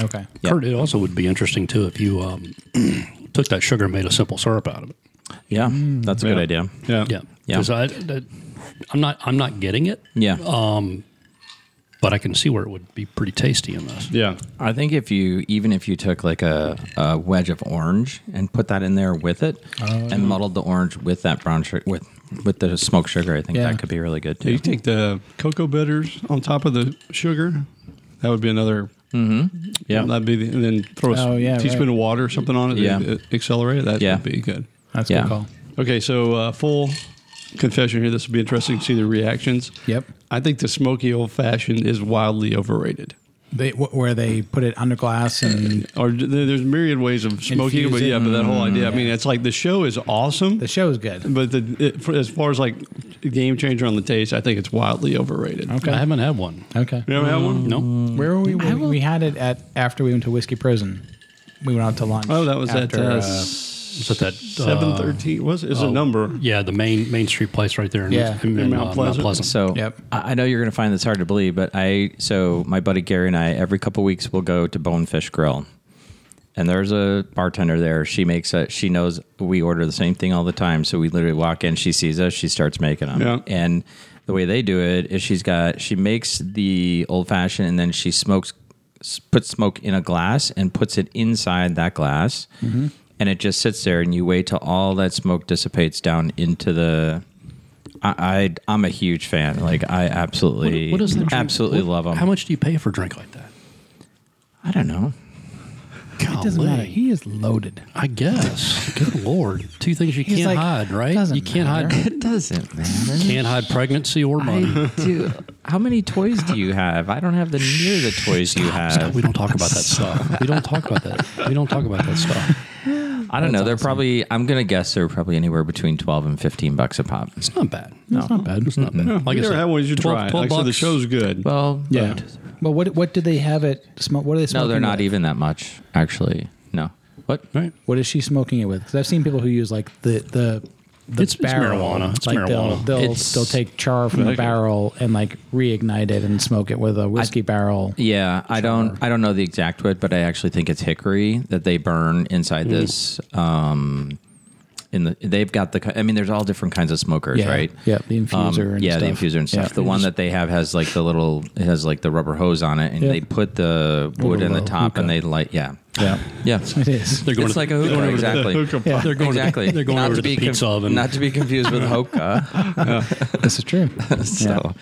Speaker 2: Okay.
Speaker 1: Yeah.
Speaker 3: Kurt, it also would be interesting too if you um, took that sugar and made a simple syrup out of it.
Speaker 1: yeah,
Speaker 2: Mm.
Speaker 1: that's a good
Speaker 4: Yeah.
Speaker 1: idea.
Speaker 4: Yeah.
Speaker 3: Yeah,
Speaker 1: Yeah.
Speaker 3: Because I, that- I'm not, I'm not getting it,
Speaker 1: Yeah,
Speaker 2: Uh,
Speaker 3: but I can see where it would be pretty tasty in this.
Speaker 4: Yeah.
Speaker 1: I think if you even if you took like a, a wedge of orange and put that in there with it,
Speaker 2: Oh.
Speaker 1: and muddled the orange with that brown sugar with with the smoked sugar, I think
Speaker 2: Yeah.
Speaker 1: that could be really good
Speaker 4: Yeah,
Speaker 1: too.
Speaker 4: you take the cocoa bitters on top of the sugar. That would be another.
Speaker 1: Yeah.
Speaker 4: That'd be the, and then throw a s-
Speaker 2: Mm-hmm. Oh, yeah,
Speaker 4: teaspoon
Speaker 2: right.
Speaker 4: of water or something on it.
Speaker 1: Yeah.
Speaker 4: to e-, Accelerate it. That
Speaker 1: Yeah.
Speaker 4: would be good.
Speaker 2: That's a
Speaker 1: Yeah.
Speaker 2: good call.
Speaker 4: Okay, so uh, full confession here. This will be interesting to see the reactions.
Speaker 2: Yep.
Speaker 4: I think the smoky old fashioned is wildly overrated.
Speaker 2: They wh- where they put it under glass and
Speaker 4: Or th- there's myriad ways of smoking, it,
Speaker 2: Infuse
Speaker 4: but
Speaker 2: it. Mm-hmm.
Speaker 4: yeah, but that whole idea. I
Speaker 2: Yeah.
Speaker 4: mean, it's like the show is awesome,
Speaker 2: the show is good.
Speaker 4: but the, it, for, as far as like game changer on the taste, I think it's wildly overrated.
Speaker 2: Okay.
Speaker 3: I haven't had one.
Speaker 2: Okay.
Speaker 4: You ever had one?
Speaker 3: No,
Speaker 4: Mm.
Speaker 2: Where were we? We, we had it at after we went to Whiskey Prison. We went out to lunch.
Speaker 4: Oh, that was
Speaker 2: after,
Speaker 4: at uh,
Speaker 2: uh,
Speaker 3: is it that
Speaker 4: seven
Speaker 3: uh,
Speaker 4: thirteen. Was it? it's
Speaker 3: oh,
Speaker 4: a number?
Speaker 3: Yeah, the main Main Street place right there in,
Speaker 2: Yeah.
Speaker 3: in, Mount,
Speaker 4: In Mount
Speaker 3: Pleasant. Mount
Speaker 4: Pleasant.
Speaker 3: Pleasant.
Speaker 1: So
Speaker 2: Yep.
Speaker 1: I I know you're going to find this hard to believe, but I so my buddy Gary and I every couple weeks we'll go to Bonefish Grill, and there's a bartender there. She makes a she knows we order the same thing all the time, so we literally walk in, she sees us, she starts making them,
Speaker 4: Yeah.
Speaker 1: and the way they do it is she's got she makes the old fashioned and then she smokes s- puts smoke in a glass and puts it inside that glass. And it just sits there, and you wait till all that smoke dissipates down into the I, I I'm a huge fan. Like I absolutely,
Speaker 3: What is the drink-
Speaker 1: absolutely
Speaker 3: what-
Speaker 1: love 'em. love them.
Speaker 3: How much do you pay for a drink like that?
Speaker 1: I don't know.
Speaker 2: It doesn't matter.
Speaker 3: Golly.
Speaker 2: He is loaded.
Speaker 3: I guess. Good lord, two things you
Speaker 2: He's
Speaker 3: can't
Speaker 2: like,
Speaker 3: hide, right?
Speaker 2: doesn't
Speaker 3: You can't hide.
Speaker 2: matter.
Speaker 1: It doesn't, man.
Speaker 3: Can't hide pregnancy or money.
Speaker 1: I do. How many toys do you have? I don't have the near the toys you
Speaker 3: Scott, Uh, we
Speaker 1: have.
Speaker 3: don't talk about that stuff. We don't talk about that. We don't talk about that stuff.
Speaker 1: I don't know. They're probably. I'm gonna guess they're probably anywhere between twelve and fifteen bucks a pop.
Speaker 3: It's not bad.
Speaker 2: That's not bad.
Speaker 3: It's not bad.
Speaker 4: Like you never had one. You should
Speaker 3: 12
Speaker 4: try. it.
Speaker 3: 12
Speaker 4: Like I said, the
Speaker 3: bucks.
Speaker 4: show's good.
Speaker 1: Well,
Speaker 2: Yeah.
Speaker 1: but-
Speaker 2: But what what do they have it? Smoke? What are they? Smoking
Speaker 1: no, they're not
Speaker 2: with?
Speaker 1: even that much actually. No. What?
Speaker 3: Right.
Speaker 2: What is she smoking it with? Because I've seen people who use like the the. The
Speaker 3: It's- it's
Speaker 2: barrel.
Speaker 3: marijuana. It's
Speaker 2: like They'll
Speaker 3: marijuana.
Speaker 2: they'll,
Speaker 1: It's-
Speaker 2: they'll take char from the
Speaker 4: Okay.
Speaker 2: barrel and like reignite it and smoke it with a whiskey barrel.
Speaker 1: Yeah, I don't. I don't know the exact wood, but I actually think it's hickory that they burn inside
Speaker 2: Mm.
Speaker 1: this. Um, in the they've got the. ki- I mean, there's all different kinds of smokers,
Speaker 2: Yeah.
Speaker 1: right?
Speaker 2: Yeah, the
Speaker 1: Um,
Speaker 2: infuser. and
Speaker 1: yeah, the
Speaker 2: stuff.
Speaker 1: infuser and stuff.
Speaker 2: Yeah.
Speaker 1: The one that they have has like the little, it has like the rubber hose on it, and
Speaker 2: Yeah.
Speaker 1: they put the wood in the
Speaker 2: Little
Speaker 1: top, and they
Speaker 2: hookah.
Speaker 1: light. Yeah,
Speaker 2: Yeah,
Speaker 1: yeah.
Speaker 2: it is.
Speaker 3: They're going
Speaker 1: It's
Speaker 3: to-
Speaker 1: like a hookah,
Speaker 4: going over to the
Speaker 1: exactly.
Speaker 4: hookah Yeah.
Speaker 1: They're
Speaker 3: going to-
Speaker 1: exactly.
Speaker 3: they're going
Speaker 1: not
Speaker 3: over
Speaker 1: to
Speaker 3: to the
Speaker 1: be
Speaker 3: pizza oven.
Speaker 1: Not to be confused with hookah.
Speaker 2: This is true.
Speaker 1: So,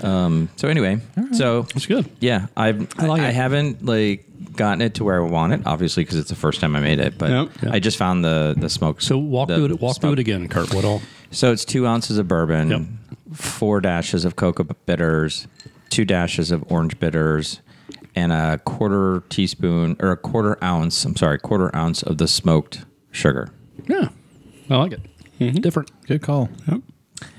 Speaker 1: um, so anyway, so
Speaker 3: It's good.
Speaker 1: yeah, I've I,
Speaker 3: like
Speaker 1: I
Speaker 3: it.
Speaker 1: haven't like gotten it to where I want it, obviously, because it's the first time I made it. But
Speaker 4: Yep.
Speaker 1: I just found the the smoke.
Speaker 3: So walk
Speaker 1: the
Speaker 3: through it. Walk through
Speaker 1: smoke.
Speaker 3: it again, Kurt. What all?
Speaker 1: So it's two ounces of bourbon,
Speaker 3: Yep.
Speaker 1: four dashes of cocoa bitters, two dashes of orange bitters, and a quarter teaspoon or a quarter ounce. I'm sorry, quarter ounce of the smoked sugar.
Speaker 4: Mm-hmm.
Speaker 3: Yeah, I like it. Different.
Speaker 2: Good call.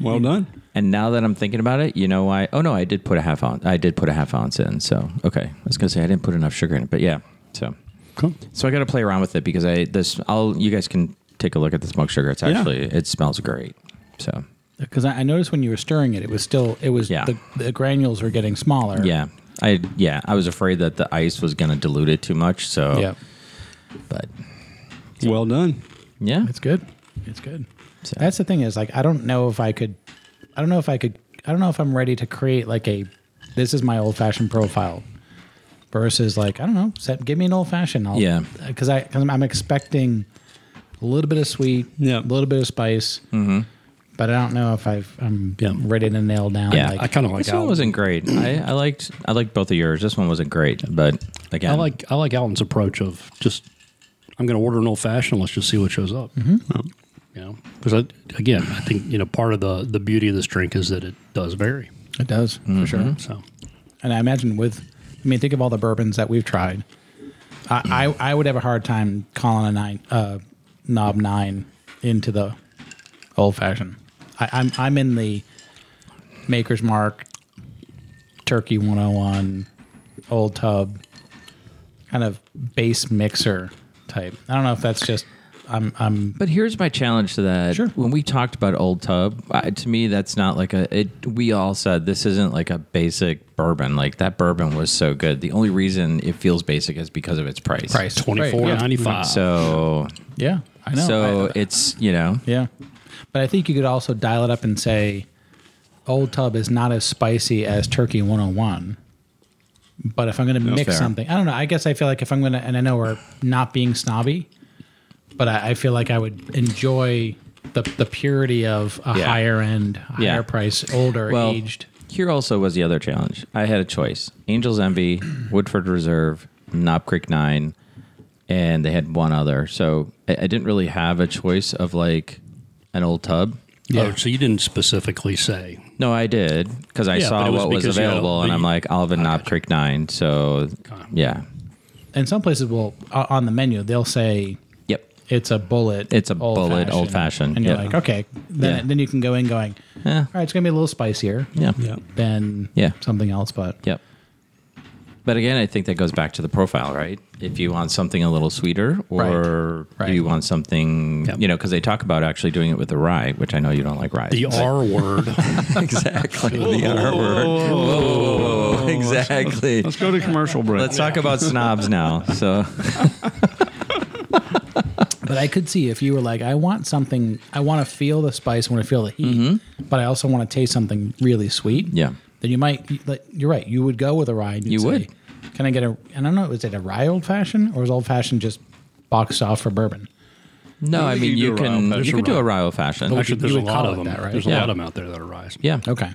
Speaker 4: Well done.
Speaker 1: And now that I'm thinking about it, you know why? Oh no, I did put a half ounce. I did put a half ounce in. So okay, I was gonna say I didn't put enough sugar in it, but yeah. So
Speaker 3: Cool.
Speaker 1: so I got to play around with it because I this I'll you guys can take a look at the smoked sugar. It's actually it smells great. So
Speaker 2: Because I, I noticed when you were stirring it, it was still it was
Speaker 1: Yeah.
Speaker 2: the, the granules were getting smaller.
Speaker 1: yeah, I yeah I was afraid that the ice was gonna dilute it too much. So
Speaker 2: yeah,
Speaker 1: but
Speaker 4: Well done.
Speaker 1: yeah,
Speaker 2: it's good. It's good.
Speaker 1: So-
Speaker 2: That's the thing is like I don't know if I could, I don't know if I could, I don't know if I'm ready to create like a, this is my old fashioned profile, versus like I don't know, set, give me an old fashioned. I'll,
Speaker 1: Yeah.
Speaker 2: because I because I'm expecting a little bit of sweet,
Speaker 4: Yeah.
Speaker 2: a little bit of spice, mm-hmm. but I don't know if I've I'm
Speaker 3: Yeah.
Speaker 2: ready to nail down.
Speaker 1: Yeah,
Speaker 2: like,
Speaker 3: I kind of like
Speaker 1: this one
Speaker 3: Alan.
Speaker 1: wasn't great. I, I liked I liked both of yours. This one wasn't great, but again,
Speaker 3: I like I like Alan's approach of just I'm going to order an old fashioned. Let's just see what shows up. Mm-hmm. You know, because I, again, I think you know part of the the beauty of this drink is that it does vary.
Speaker 2: it does
Speaker 1: Mm-hmm.
Speaker 2: for sure.
Speaker 3: So
Speaker 2: and I imagine with, I mean, think of all the bourbons that we've tried. I I, I would have a hard time calling a nine uh, knob nine into the old fashioned. I, I'm I'm in the Maker's Mark, Turkey 101, Old Tub, kind of base mixer type. I don't know if that's just I'm I'm
Speaker 1: But here's my challenge to that.
Speaker 2: Sure.
Speaker 1: When we talked about Old Tub, I, to me, that's not like a. It, we all said this isn't like a basic bourbon. Like that bourbon was so good. The only reason it feels basic is because of its price.
Speaker 2: price
Speaker 3: twenty four
Speaker 2: Right, yeah.
Speaker 3: ninety five.
Speaker 1: So,
Speaker 2: Yeah, I know.
Speaker 1: so
Speaker 3: uh,
Speaker 2: I-
Speaker 1: it's you know,
Speaker 2: Yeah. But I think you could also dial it up and say Old Tub is not as spicy as Turkey 101. But if I'm going to mix
Speaker 1: fair.
Speaker 2: something, I don't know. I guess I feel like if I'm going to, and I know we're not being snobby, but I, I feel like I would enjoy the, the purity of a
Speaker 1: Yeah.
Speaker 2: higher end, higher
Speaker 1: Yeah.
Speaker 2: price, older,
Speaker 1: well,
Speaker 2: aged.
Speaker 1: here also was the other challenge. I had a choice: Angel's Envy, Woodford Reserve, Knob Creek Nine, and they had one other. So I, I didn't really have a choice of like an Old Tub.
Speaker 3: Oh, so you didn't specifically say
Speaker 1: No, I did because I
Speaker 3: Yeah, but
Speaker 1: saw
Speaker 3: it was
Speaker 1: what was
Speaker 3: because you had a-
Speaker 1: available, and
Speaker 3: the-
Speaker 1: I'm like, I'll have a Knob Creek Nine. So, yeah,
Speaker 2: And some places will, uh, on the menu, they'll say
Speaker 1: yep,
Speaker 2: it's a bullet.
Speaker 1: It's a bullet old fashioned,
Speaker 2: And you're
Speaker 1: yeah.
Speaker 2: like, okay. Then,
Speaker 1: Yeah.
Speaker 2: then you can go in going,
Speaker 1: Yeah.
Speaker 2: all right, it's going to be a little spicier.
Speaker 1: yeah,
Speaker 4: Yeah.
Speaker 2: than
Speaker 1: Yeah.
Speaker 2: something else. But
Speaker 1: yep. But again, I think that goes back to the profile, right? If you want something a little sweeter, or
Speaker 2: Right.
Speaker 1: you want something,
Speaker 3: Yep.
Speaker 1: you know, because they talk about actually doing it with the rye, which I know you don't like rye.
Speaker 3: the R word.
Speaker 1: exactly the R word. exactly.
Speaker 4: Let's go to commercial break.
Speaker 1: Let's talk about snobs now. So
Speaker 2: but I could see if you were like, I want something. I want to feel the spice. I want to feel the heat. But I also want to taste something really sweet.
Speaker 1: Mm-hmm. Yeah.
Speaker 2: Then you might. you- like, You're right. You would go with a rye. and you'd
Speaker 1: You
Speaker 2: say,
Speaker 1: would.
Speaker 2: Can I get a? I don't know. Is it a rye old fashioned or is old fashioned just boxed off for bourbon?
Speaker 1: no, I
Speaker 4: think
Speaker 1: mean you
Speaker 4: you do a rye
Speaker 1: can
Speaker 4: old
Speaker 1: you can
Speaker 4: fashioned
Speaker 1: do a
Speaker 4: rye.
Speaker 1: rye old fashioned.
Speaker 3: Actually, there's
Speaker 2: you
Speaker 3: a
Speaker 2: would
Speaker 3: lot
Speaker 2: call
Speaker 3: of
Speaker 2: it
Speaker 3: them.
Speaker 2: that, right?
Speaker 3: There's
Speaker 1: Yeah.
Speaker 3: a lot of them out there that are rise.
Speaker 1: Yeah.
Speaker 2: Okay.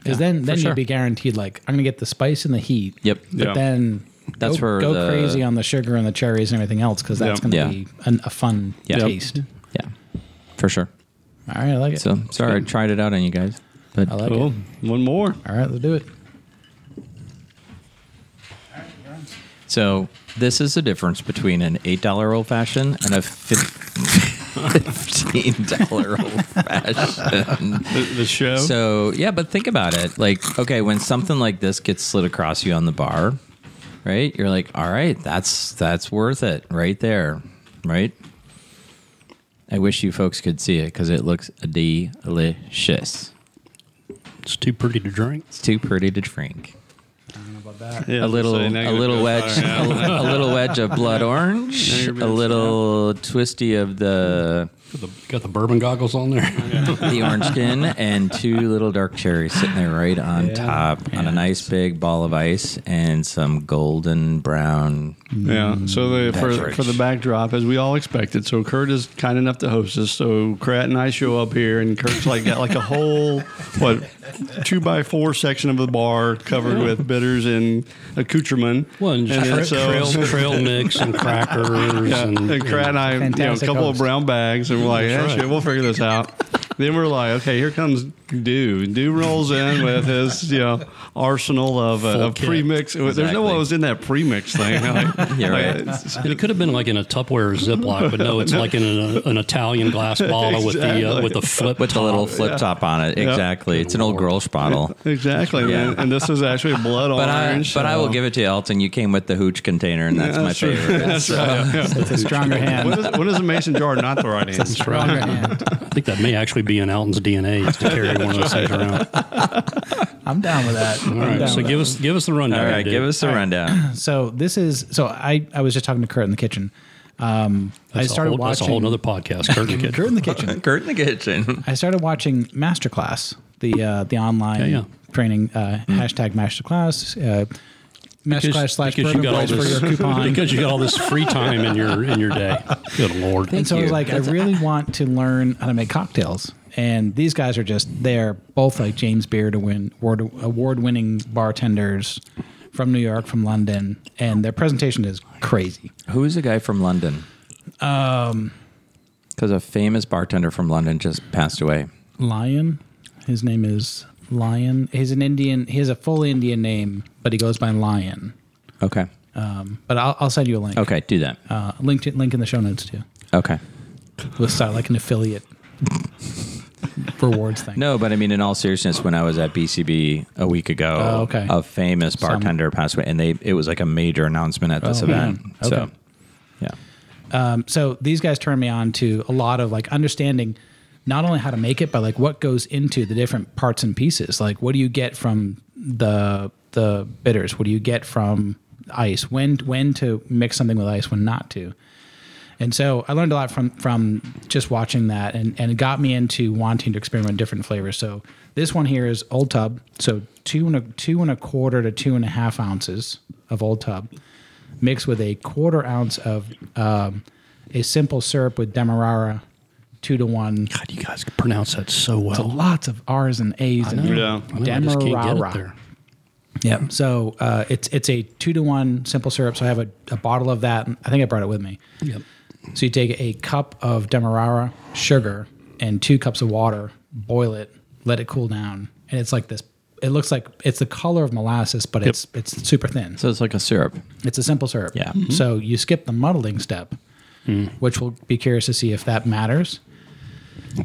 Speaker 2: Because then then
Speaker 1: sure.
Speaker 2: you'd be guaranteed like I'm gonna get the spice and the heat.
Speaker 1: Yep.
Speaker 2: But
Speaker 4: Yeah.
Speaker 2: then.
Speaker 1: That's
Speaker 2: go,
Speaker 1: where
Speaker 2: go
Speaker 1: the-
Speaker 2: crazy on the sugar and the cherries and everything else because that's
Speaker 4: Yeah.
Speaker 2: going to
Speaker 1: Yeah.
Speaker 2: be an, a fun
Speaker 1: Yeah.
Speaker 2: taste.
Speaker 1: Yeah. For sure.
Speaker 2: All right, I like it.
Speaker 1: So sorry, I tried it out on you guys. But
Speaker 2: I like it.
Speaker 4: Cool. One more.
Speaker 2: All right, let's do it.
Speaker 1: So this is the difference between an eight dollar old fashioned and a fif- fifteen dollar old fashioned.
Speaker 4: The, the show.
Speaker 1: So yeah, but think about it. Like, okay, when something like this gets slid across you on the bar, right? You're like, all right, that's that's worth it right there, right? I wish you folks could see it because it looks delicious.
Speaker 3: It's too pretty to drink.
Speaker 1: It's too pretty to drink.
Speaker 4: Yeah,
Speaker 1: a
Speaker 4: I was gonna
Speaker 1: little
Speaker 4: say, now
Speaker 1: a
Speaker 4: you're
Speaker 1: little
Speaker 4: gonna
Speaker 1: wedge
Speaker 4: fire
Speaker 1: a,
Speaker 4: out.
Speaker 1: li- a little wedge of blood orange a
Speaker 4: you're being
Speaker 1: little twisty of the
Speaker 3: Got the, got the bourbon goggles on there.
Speaker 1: the orange skin and two little dark cherries sitting there right on top on a nice big ball of ice and some golden brown
Speaker 4: Yeah. So the, for,
Speaker 1: Beverage.
Speaker 4: for the backdrop, as we all expected, so Kurt is kind enough to host us. So Kurt and I show up here, and Kurt's like got like a whole what two by four section of the bar covered with bitters and accoutrement.
Speaker 3: One
Speaker 4: and then
Speaker 3: tra- trail, trail mix and crackers
Speaker 4: yeah,
Speaker 3: and,
Speaker 4: and Kurt and I, you know, a
Speaker 2: Fantastic
Speaker 4: couple of
Speaker 2: host.
Speaker 4: brown bags, and we're like,
Speaker 3: That's
Speaker 4: "Yeah,
Speaker 3: right.
Speaker 4: shit, we'll figure this out. Then we're like, okay, here comes Dew. Dew rolls in with his, you know, arsenal of, uh,
Speaker 3: Full
Speaker 4: of
Speaker 3: kit.
Speaker 4: premix. There's no one
Speaker 1: Exactly.
Speaker 4: was in that premix thing. Like,
Speaker 1: Yeah, right.
Speaker 4: it's-
Speaker 3: And it could have been like in a Tupperware Ziploc, but no, it's like in an, an Italian glass bottle with the uh,
Speaker 4: Exactly.
Speaker 3: with the flip
Speaker 1: with the little flip top on it. Exactly. It's an old Grolsch bottle.
Speaker 4: exactly.
Speaker 1: Yeah.
Speaker 4: man. And this is actually blood
Speaker 1: But I,
Speaker 4: orange.
Speaker 1: but I will give it to you, Elton. You came with the hooch container, and that's my
Speaker 4: that's right.
Speaker 1: favorite.
Speaker 4: That's right. Yeah.
Speaker 2: It's a stronger hand.
Speaker 4: When is, when is a mason jar not the right answer?
Speaker 2: Stronger hand.
Speaker 3: I think that may actually be in Alton's DNA is to carry one of those things around. All
Speaker 2: I'm down with that. I'm
Speaker 3: right,
Speaker 2: down
Speaker 3: so
Speaker 2: with
Speaker 3: give us give us the rundown.
Speaker 1: All right,
Speaker 3: dude.
Speaker 1: give us a rundown.
Speaker 2: that. So this is so I I was just talking to Kurt in the kitchen. Um, I
Speaker 3: That's a
Speaker 2: started
Speaker 3: whole,
Speaker 2: watching
Speaker 3: That's a whole other podcast. Curtain Kid.
Speaker 2: Kurt in the kitchen.
Speaker 1: Kurt in the kitchen.
Speaker 2: I started watching MasterClass, the uh, the online
Speaker 3: Yeah, yeah.
Speaker 2: training uh, hashtag MasterClass, uh, MasterClass slash
Speaker 3: because you
Speaker 2: Bourbon
Speaker 3: got all
Speaker 2: Boys for
Speaker 3: this
Speaker 2: your coupon.
Speaker 3: because you got all this free time in your in your day. Good lord.
Speaker 2: and so I was
Speaker 1: you.
Speaker 2: like, I really want to learn how to make cocktails. And these guys are just they're both like James Beard award award winning bartenders from New York, from London, and their presentation is crazy.
Speaker 1: Who is a guy from London?
Speaker 2: Um,
Speaker 1: Because a famous bartender from London just passed away.
Speaker 2: Lion, his name is Lion. He's an Indian. He has a full Indian name, but he goes by Lion.
Speaker 1: Okay.
Speaker 2: Um, but I'll, I'll send you a link.
Speaker 1: Okay, do that.
Speaker 2: Uh, link to, link in the show notes too.
Speaker 1: Okay.
Speaker 2: We'll start like an affiliate rewards thing.
Speaker 1: No, but I mean, in all seriousness, when I was at BCB a week ago,
Speaker 2: Oh, okay.
Speaker 1: a famous bartender passed away, and they it was like a major announcement at this
Speaker 2: Oh,
Speaker 1: event.
Speaker 2: man.
Speaker 1: So,
Speaker 2: Okay.
Speaker 1: yeah,
Speaker 2: Um, so these guys turned me on to a lot of like understanding not only how to make it, but like what goes into the different parts and pieces. Like what do you get from the the bitters? What do you get from ice? When when to mix something with ice? When not to? And so I learned a lot from from just watching that, and and it got me into wanting to experiment different flavors. So this one here is Old Tub, so two and a two and a quarter to two and a half ounces of Old Tub, mixed with a quarter ounce of um, a simple syrup with demerara, two to one.
Speaker 3: God, you guys pronounce that so well.
Speaker 2: Lots of R's and A's and
Speaker 4: Yeah.
Speaker 3: Oh. I, know, I just can't get it
Speaker 2: Demerara.
Speaker 3: there.
Speaker 2: Yeah. So uh, it's it's a two to one simple syrup. So I have a, a bottle of that. and I think I brought it with me.
Speaker 3: Yep.
Speaker 2: So you take a cup of demerara sugar and two cups of water, boil it, let it cool down, and it's like this. It looks like it's the color of molasses, but it's it's super thin.
Speaker 1: so it's like a syrup.
Speaker 2: It's a simple syrup.
Speaker 1: Yeah.
Speaker 2: So you skip the muddling step,
Speaker 3: Mm.
Speaker 2: which we'll be curious to see if that matters.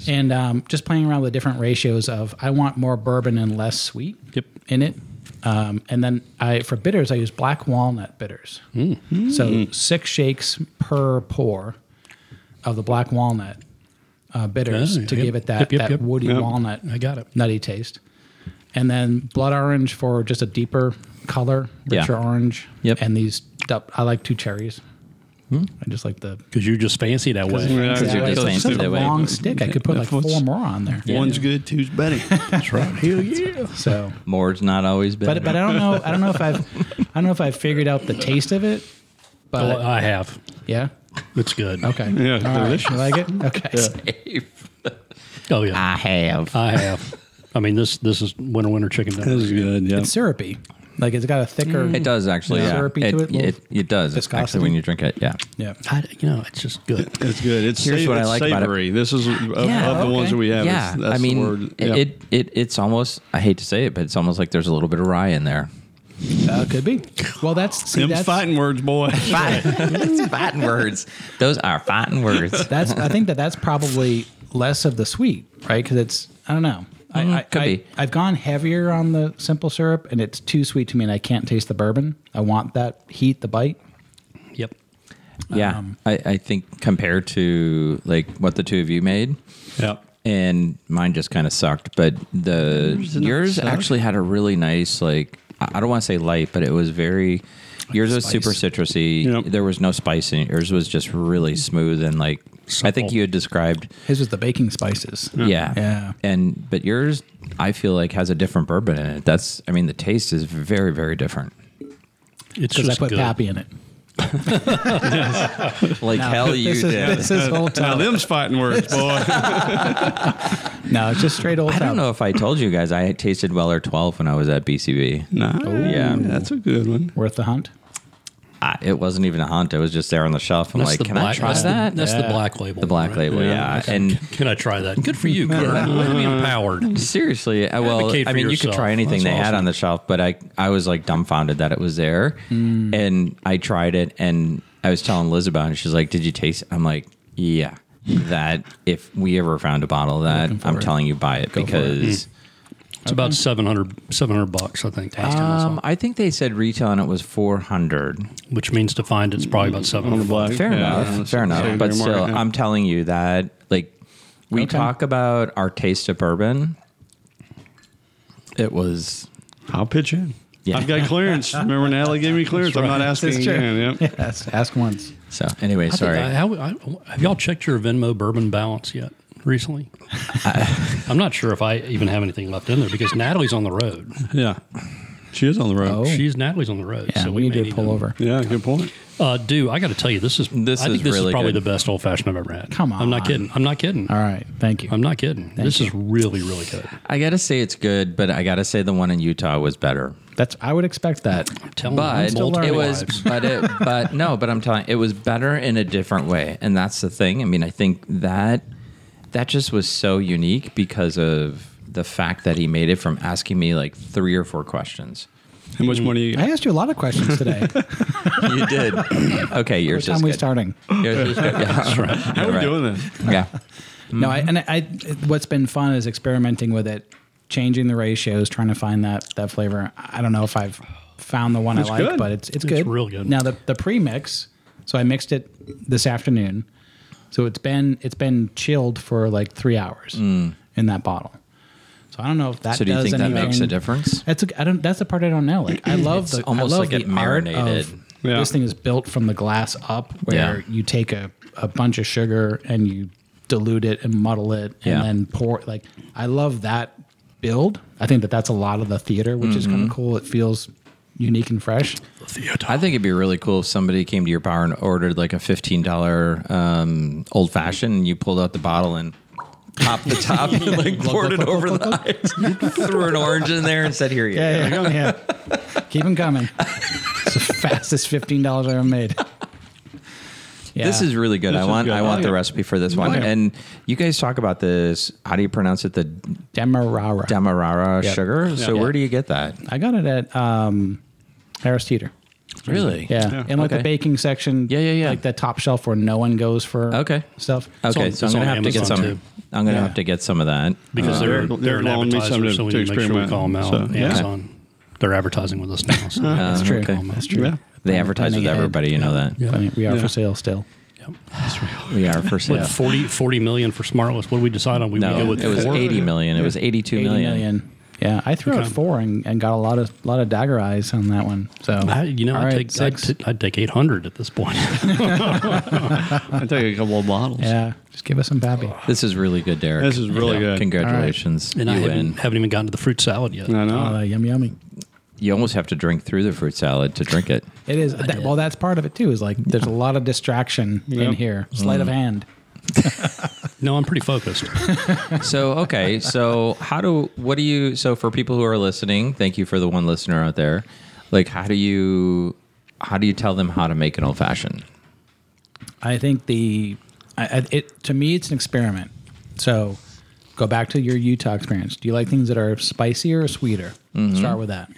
Speaker 2: And um, just playing around with different ratios of I want more bourbon and less sweet
Speaker 3: Yep.
Speaker 2: in it. Um, and then I for bitters I use black walnut bitters.
Speaker 3: Mm.
Speaker 2: So six shakes per pour of the black walnut uh, bitters
Speaker 3: Oh,
Speaker 2: to
Speaker 3: yep.
Speaker 2: give it that
Speaker 3: Yep, yep,
Speaker 2: that
Speaker 3: yep.
Speaker 2: woody
Speaker 4: Yep.
Speaker 2: walnut
Speaker 3: I got it.
Speaker 2: nutty taste. And then blood orange for just a deeper color,
Speaker 1: Yeah.
Speaker 2: richer orange.
Speaker 1: Yep. Hmm?
Speaker 2: And these, du- I like two cherries. I just like the
Speaker 3: Because you're just fancy that way.
Speaker 4: Yeah,
Speaker 2: Because
Speaker 1: you're
Speaker 4: exactly.
Speaker 1: just saying
Speaker 2: such a
Speaker 1: that way.
Speaker 2: long stick. I could put like four more on there.
Speaker 4: One's good, two's better.
Speaker 3: That's right. Hell yeah.
Speaker 2: So,
Speaker 1: More's not always been.
Speaker 2: but but I don't know. I don't know if I've I don't know if I've figured out the taste of it.
Speaker 3: Well,
Speaker 2: But
Speaker 3: I have.
Speaker 2: yeah.
Speaker 3: It's good.
Speaker 2: Okay.
Speaker 4: Yeah, it's
Speaker 2: All right.
Speaker 4: delicious.
Speaker 2: You like it? Okay.
Speaker 3: Oh yeah.
Speaker 1: have.
Speaker 2: Uh, Ah.
Speaker 3: I have. I mean this this is winter winter chicken dinner.
Speaker 4: This is good. Yeah.
Speaker 2: It's syrupy. Like it's got a thicker.
Speaker 1: It does actually. Yeah,
Speaker 2: Syrupy
Speaker 1: it,
Speaker 2: to it,
Speaker 1: it,
Speaker 2: little
Speaker 1: it, does
Speaker 2: viscosity.
Speaker 1: actually when you drink it. Yeah,
Speaker 2: Yeah.
Speaker 3: I, you know, it's just good.
Speaker 4: It's good. It's,
Speaker 1: Here's
Speaker 4: sa-
Speaker 1: what I
Speaker 4: it's
Speaker 1: like about it.
Speaker 4: savory. This is of,
Speaker 1: Yeah,
Speaker 4: of the ones
Speaker 2: okay.
Speaker 4: that we have.
Speaker 1: yeah.
Speaker 4: it's- That's
Speaker 1: I mean,
Speaker 4: the word. Yeah.
Speaker 1: it, it it's almost. I hate to say it, but it's almost like there's a little bit of rye in there.
Speaker 2: Uh, could be. Well, that's see,
Speaker 4: Them's
Speaker 2: that's
Speaker 4: fighting words, boy.
Speaker 1: it's fighting words. Those are fighting words.
Speaker 2: that's I think that that's probably less of the sweet, right? Because it's I don't know.
Speaker 1: Mm,
Speaker 2: I, I,
Speaker 1: could
Speaker 2: I,
Speaker 1: be.
Speaker 2: I've gone heavier on the simple syrup, and it's too sweet to me, and I can't taste the bourbon. I want that heat, the bite.
Speaker 3: Yep.
Speaker 1: Yeah, I, I think compared to like what the two of you made,
Speaker 3: Yep.
Speaker 1: and mine just kind of sucked. But the yours
Speaker 4: suck?
Speaker 1: actually had a really nice like I I don't want to say light, but it was very. Yours was
Speaker 3: spice.
Speaker 1: super citrusy.
Speaker 4: Yep.
Speaker 1: There was no spice in it. Yours was just really smooth and like I think
Speaker 3: Supple.
Speaker 1: you had described.
Speaker 2: His was the baking spices.
Speaker 1: Yeah.
Speaker 2: Yeah.
Speaker 1: And but yours, I feel like has a different bourbon in it. That's I mean the taste is very very different.
Speaker 3: It's
Speaker 2: Because
Speaker 3: just
Speaker 2: I put
Speaker 3: good.
Speaker 2: pappy in it.
Speaker 1: Like hell you
Speaker 2: this is,
Speaker 1: did.
Speaker 2: This is old
Speaker 4: now
Speaker 2: tub.
Speaker 4: them's fighting words, boy.
Speaker 2: No, it's just straight old
Speaker 1: I
Speaker 2: tub.
Speaker 1: don't know if I told you guys I tasted Weller 12 when I was at BCB.
Speaker 4: nah,
Speaker 1: Yeah.
Speaker 4: that's a good one.
Speaker 2: Worth the hunt.
Speaker 1: I, it wasn't even a hunt. It was just there on the shelf. I'm like, can I try
Speaker 3: that's the-
Speaker 1: that?
Speaker 3: that's the
Speaker 1: Yeah.
Speaker 3: black label.
Speaker 1: The black
Speaker 3: right?
Speaker 1: label, yeah. And
Speaker 3: Can I try that? Good for you, Kurt. Way to be empowered.
Speaker 1: seriously, I, well, I mean,
Speaker 3: Advocate for
Speaker 1: you could
Speaker 3: yourself.
Speaker 1: try anything
Speaker 3: That's
Speaker 1: they had
Speaker 3: awesome.
Speaker 1: on the shelf, but I, I was like dumbfounded that it was there,
Speaker 3: Mm.
Speaker 1: and I tried it, and I was telling Liz about it. and She's like, "Did you taste?" it?" I'm like, "Yeah." That if we ever found a bottle of that, I'm telling you, buy it
Speaker 3: Mm.
Speaker 1: because.
Speaker 3: It's about 700, 700 bucks, I think. Last time I saw,
Speaker 1: Um, I think they said retail and it was 400.
Speaker 3: it, which means to find it's probably about
Speaker 4: on the
Speaker 3: 700
Speaker 4: black.
Speaker 1: Fair
Speaker 4: yeah, on the
Speaker 1: enough. Fair enough.
Speaker 4: secondary
Speaker 1: But still,
Speaker 4: market.
Speaker 1: I'm telling you that, like, we
Speaker 2: Okay.
Speaker 1: talk about our taste of bourbon. It was.
Speaker 4: I'll pitch in.
Speaker 1: Yeah.
Speaker 4: I've got clearance. Remember, Natalie gave me clearance. I'm not asking
Speaker 2: That's true.
Speaker 4: again. Yep.
Speaker 2: Yes, ask once.
Speaker 1: So, anyway,
Speaker 3: I think
Speaker 1: sorry.
Speaker 3: I- how- I- have y'all checked your Venmo bourbon balance yet recently? I'm not sure if I even have anything left in there because Natalie's on the road.
Speaker 4: Yeah. She is on the road.
Speaker 2: Oh.
Speaker 3: She's Natalie's on the road.
Speaker 2: Yeah,
Speaker 3: so
Speaker 2: we need
Speaker 3: may
Speaker 2: to pull over.
Speaker 3: Oh.
Speaker 4: Yeah, good point.
Speaker 3: Uh, do I got to tell you this is
Speaker 1: This
Speaker 3: I think
Speaker 1: is
Speaker 3: this
Speaker 1: really
Speaker 3: is probably
Speaker 1: good.
Speaker 3: the best old fashioned I've ever had.
Speaker 2: Come
Speaker 3: I'm not
Speaker 2: on.
Speaker 3: kidding. I'm not kidding.
Speaker 2: All right, thank you.
Speaker 3: I'm not kidding. this is really really good.
Speaker 1: I got to say it's good, but I got to say the one in Utah was better.
Speaker 2: That's I would expect that.
Speaker 3: Tell
Speaker 1: But it
Speaker 3: multiple
Speaker 1: was,
Speaker 3: lives.
Speaker 1: but it, but no, but I'm telling, it was better in a different way, and that's the thing. I mean, I think that that just was so unique because of the fact that he made it from asking me like three or four questions.
Speaker 4: How much money you got?
Speaker 2: I asked you a lot of questions today.
Speaker 1: You did. okay,
Speaker 2: What
Speaker 1: yours
Speaker 2: time
Speaker 1: is
Speaker 2: we
Speaker 1: good.
Speaker 2: starting?
Speaker 1: Yours is good. Yeah, that's right.
Speaker 4: How are we doing this?
Speaker 1: Yeah.
Speaker 2: No,
Speaker 1: Mm-hmm.
Speaker 2: I, and I, I, what's been fun is experimenting with it, changing the ratios, trying to find that that flavor. I don't know if I've found the one
Speaker 4: It's
Speaker 2: I like,
Speaker 4: good.
Speaker 2: but it's it's
Speaker 3: It's
Speaker 2: good,
Speaker 3: real good.
Speaker 2: Now the the pre mix, so I mixed it this afternoon, so it's been it's been chilled for like three hours in that bottle. So I don't know if that.
Speaker 1: Mm. So do you
Speaker 2: does
Speaker 1: think that makes a
Speaker 2: anything.
Speaker 1: difference?
Speaker 2: That's a, I don't. That's the part I don't know. Like I love
Speaker 1: It's
Speaker 2: the
Speaker 1: almost
Speaker 2: I love
Speaker 1: like
Speaker 2: the
Speaker 1: it
Speaker 2: art of
Speaker 1: marinated.
Speaker 4: Yeah.
Speaker 2: This thing is built from the glass up, where
Speaker 1: Yeah.
Speaker 2: you take a, a bunch of sugar and you dilute it and muddle it,
Speaker 1: Yeah.
Speaker 2: and then pour. Like I love that build. I think that that's a lot of the theater, which is kind
Speaker 1: Mm-hmm.
Speaker 2: of cool. It feels unique and fresh.
Speaker 1: I think it'd be really cool if somebody came to your bar and ordered like a fifteen dollar um, old fashioned, and you pulled out the bottle and popped the top and like poured it over the ice, threw an orange in there, and said, "Here you go."
Speaker 2: Yeah, yeah, yeah. Keep them coming. It's the fastest fifteen dollars I ever made. Yeah.
Speaker 1: This is really good. I
Speaker 4: is
Speaker 1: want
Speaker 4: good.
Speaker 1: I want the
Speaker 4: Yeah.
Speaker 1: recipe for this one. And you guys talk about this. How do you pronounce it? The
Speaker 2: Demerara.
Speaker 1: Demerara
Speaker 2: Yep.
Speaker 1: sugar. So
Speaker 2: Yeah.
Speaker 1: where do you get that?
Speaker 2: I got it at um, Harris Teeter.
Speaker 1: Really?
Speaker 2: Yeah.
Speaker 4: Yeah.
Speaker 2: And like
Speaker 1: Okay.
Speaker 2: the baking section.
Speaker 1: Yeah, yeah, yeah.
Speaker 2: Like the top shelf where no one goes for
Speaker 1: Okay.
Speaker 2: stuff.
Speaker 1: Okay,
Speaker 3: on-
Speaker 1: so I'm
Speaker 3: it's
Speaker 1: gonna
Speaker 3: on
Speaker 1: have to get
Speaker 3: Amazon,
Speaker 1: some.
Speaker 3: too.
Speaker 1: I'm gonna
Speaker 2: Yeah.
Speaker 1: have to get some of that. Um,
Speaker 3: because they're
Speaker 4: Uh, They're-
Speaker 3: they're,
Speaker 4: they're
Speaker 3: an
Speaker 4: allowing me some
Speaker 3: advertiser,
Speaker 4: to-
Speaker 3: so we
Speaker 4: to
Speaker 3: need to make sure we
Speaker 4: experiment.
Speaker 3: call them out.
Speaker 4: So, yeah. Uh-huh.
Speaker 3: Amazon, they're advertising with us now. So
Speaker 2: That's true.
Speaker 1: okay.
Speaker 2: That's true.
Speaker 4: Yeah.
Speaker 1: They advertise with
Speaker 2: Planning ahead.
Speaker 1: everybody. You know that.
Speaker 3: Yeah.
Speaker 2: I mean, we are
Speaker 4: Yeah.
Speaker 2: for sale still.
Speaker 1: We are for
Speaker 3: What
Speaker 1: sale.
Speaker 3: 40, 40 million for Smartless? What did we decide on? We would
Speaker 1: No,
Speaker 3: go with
Speaker 1: it was
Speaker 3: four?
Speaker 1: 80 million. It was 82
Speaker 2: 80
Speaker 1: million.
Speaker 2: million. Yeah. I threw out four and, and got a lot of lot of dagger eyes on that one. So
Speaker 3: I, you know,
Speaker 2: all
Speaker 3: I'd,
Speaker 2: right,
Speaker 3: take, I'd,
Speaker 2: six.
Speaker 3: t- I'd take 800 at this point.
Speaker 4: I take a couple of bottles.
Speaker 2: yeah. Just give us some babby.
Speaker 3: Oh,
Speaker 1: This is really good, Derek.
Speaker 4: This is really good.
Speaker 1: Congratulations.
Speaker 3: and
Speaker 1: you
Speaker 3: I haven't,
Speaker 1: win.
Speaker 3: haven't even gotten to the fruit salad yet.
Speaker 4: I know.
Speaker 2: Oh, yum yummy.
Speaker 1: You almost have to drink through the fruit salad to drink it.
Speaker 2: It is. That, well, that's part of it too. Is like there's a lot of distraction
Speaker 4: Yeah.
Speaker 2: in here. Sleight
Speaker 1: Mm.
Speaker 2: of hand.
Speaker 3: No, I'm pretty focused.
Speaker 1: So, okay. So, how do, what do you, so for people who are listening, thank you for the one listener out there. Like, how do you, how do you tell them how to make an old fashioned?
Speaker 2: I think the I, I, it to me it's an experiment. So go back to your Utah experience. Do you like things that are spicier or sweeter? Start with that,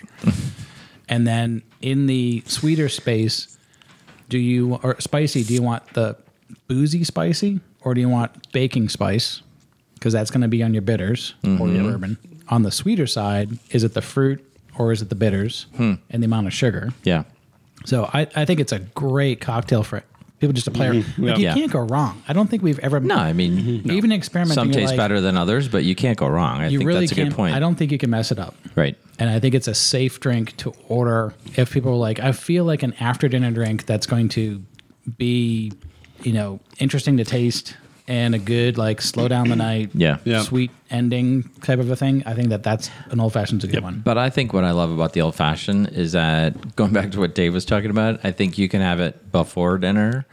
Speaker 2: and then in the sweeter space, do you or spicy? Do you want the boozy spicy or do you want baking spice? Because that's going to be on your bitters or your bourbon. On the sweeter side, is it the fruit or is it the bitters and the amount of sugar?
Speaker 1: Yeah.
Speaker 2: So I, I think it's a great cocktail for people just to play. around. Like you
Speaker 1: Mm-hmm. Yeah.
Speaker 2: can't go wrong. I don't think we've ever
Speaker 1: No, I mean,
Speaker 2: even experimenting.
Speaker 1: some
Speaker 2: you're
Speaker 1: taste
Speaker 2: like,
Speaker 1: better than others, but you can't go wrong. I
Speaker 2: You
Speaker 1: think
Speaker 2: really
Speaker 1: that's a
Speaker 2: can't.
Speaker 1: good point.
Speaker 2: I don't think you can mess it up.
Speaker 1: right.
Speaker 2: And I think it's a safe drink to order if people are like, I feel like an after dinner drink that's going to be, you know, interesting to taste and a good like slow down the night,
Speaker 1: Yeah. Yeah.
Speaker 2: sweet ending type of a thing. I think that that's an old fashioned's a good one.
Speaker 1: But I think what I love about the old fashioned is that going back to what Dave was talking about, I think you can have it before dinner,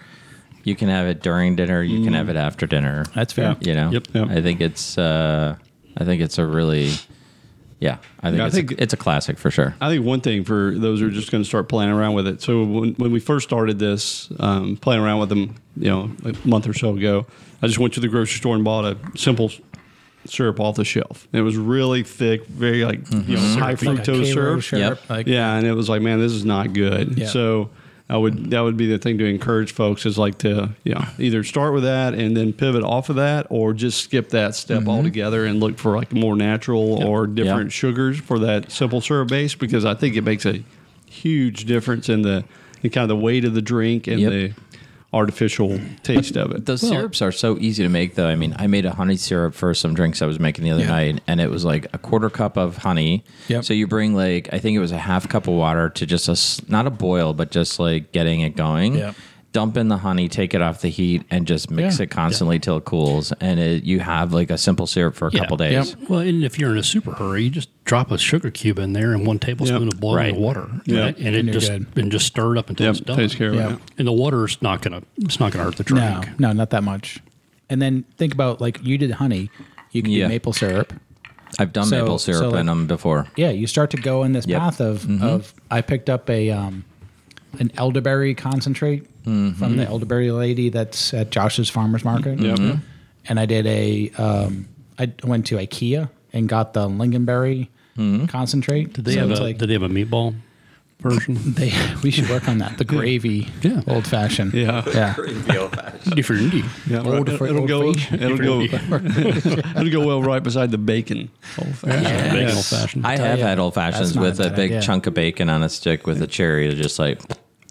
Speaker 1: you can have it during dinner, you can have it after dinner.
Speaker 2: That's fair.
Speaker 1: You know,
Speaker 4: Yep, yep.
Speaker 1: I think it's uh, I think it's a really Yeah, I think,
Speaker 4: Yeah, I
Speaker 1: it's,
Speaker 4: think-
Speaker 1: a, it's a classic for sure.
Speaker 4: I think one thing for those who are just going to start playing around with it. So when, when we first started this, um, playing around with them, you know, a month or so ago, I just went to the grocery store and bought a simple syrup off the shelf. And it was really thick, very like you know, high
Speaker 2: Like a
Speaker 4: fructose
Speaker 2: Cairo
Speaker 4: syrup.
Speaker 2: syrup,
Speaker 1: Yep.
Speaker 2: Like,
Speaker 4: yeah, and it was like, man, this is not good.
Speaker 2: Yeah.
Speaker 4: So I would that would be the thing to encourage folks is like to you know either start with that and then pivot off of that, or just skip that step altogether and look for like more natural or different
Speaker 1: Yeah.
Speaker 4: sugars for that simple syrup base because I think it makes a huge difference in the in kind of the weight of the drink and
Speaker 1: Yep.
Speaker 4: the artificial taste of it.
Speaker 1: Those syrups are so easy to make, though. I mean, I made a honey syrup for some drinks I was making the other
Speaker 2: Yeah.
Speaker 1: night, and it was like a quarter cup of honey.
Speaker 2: Yep.
Speaker 1: So you bring like I think it was a half cup of water to just a s- not a boil, but just like getting it going.
Speaker 2: Yep.
Speaker 1: Dump in the honey, take it off the heat, and just mix
Speaker 2: Yeah.
Speaker 1: it constantly till it cools, and it, you have like a simple syrup for a couple
Speaker 2: Yep.
Speaker 1: days.
Speaker 3: Well, and if you're in a super hurry, you just drop a sugar cube in there and one tablespoon
Speaker 4: Yep.
Speaker 3: of boiling
Speaker 1: Right.
Speaker 3: water,
Speaker 4: Yeah.
Speaker 3: right? and it
Speaker 2: And you're
Speaker 3: just
Speaker 2: good.
Speaker 3: and just stir it up until
Speaker 4: Yep,
Speaker 3: it's done.
Speaker 4: takes care of
Speaker 2: Yeah.
Speaker 4: it.
Speaker 3: And the water's not gonna it's not gonna hurt the drink.
Speaker 2: No, no, not that much. And then think about like you did honey, you can
Speaker 1: Yeah.
Speaker 2: do maple syrup.
Speaker 1: I've done
Speaker 2: So-
Speaker 1: maple
Speaker 2: so,
Speaker 1: syrup
Speaker 2: like-
Speaker 1: in them before.
Speaker 2: Yeah, you start to go in this
Speaker 1: Yep. Mm-hmm.
Speaker 2: path of of I picked up a um, an elderberry concentrate
Speaker 1: Mm-hmm.
Speaker 2: from the elderberry lady that's at Josh's farmers market.
Speaker 3: Mm-hmm.
Speaker 4: Mhm.
Speaker 2: And I did a um, I went to IKEA and got the lingonberry
Speaker 1: Mm-hmm.
Speaker 2: concentrate.
Speaker 3: Did they have a did they have a meatball version?
Speaker 2: They, we should work on that. The gravy,
Speaker 3: Yeah.
Speaker 2: old fashioned.
Speaker 4: Yeah.
Speaker 2: yeah.
Speaker 3: Different.
Speaker 4: Yeah,
Speaker 2: Old
Speaker 4: it'll,
Speaker 2: fra- old
Speaker 4: go.
Speaker 2: fashioned.
Speaker 4: It'll go. it'll go well right beside the bacon.
Speaker 3: Yeah. Bacon
Speaker 4: Yes.
Speaker 3: old fashioned.
Speaker 1: I have
Speaker 2: ya,
Speaker 1: had old fashions
Speaker 2: that's not
Speaker 1: with
Speaker 2: a
Speaker 1: a
Speaker 2: bad
Speaker 1: big
Speaker 2: idea.
Speaker 1: chunk of bacon on a stick with a cherry to just like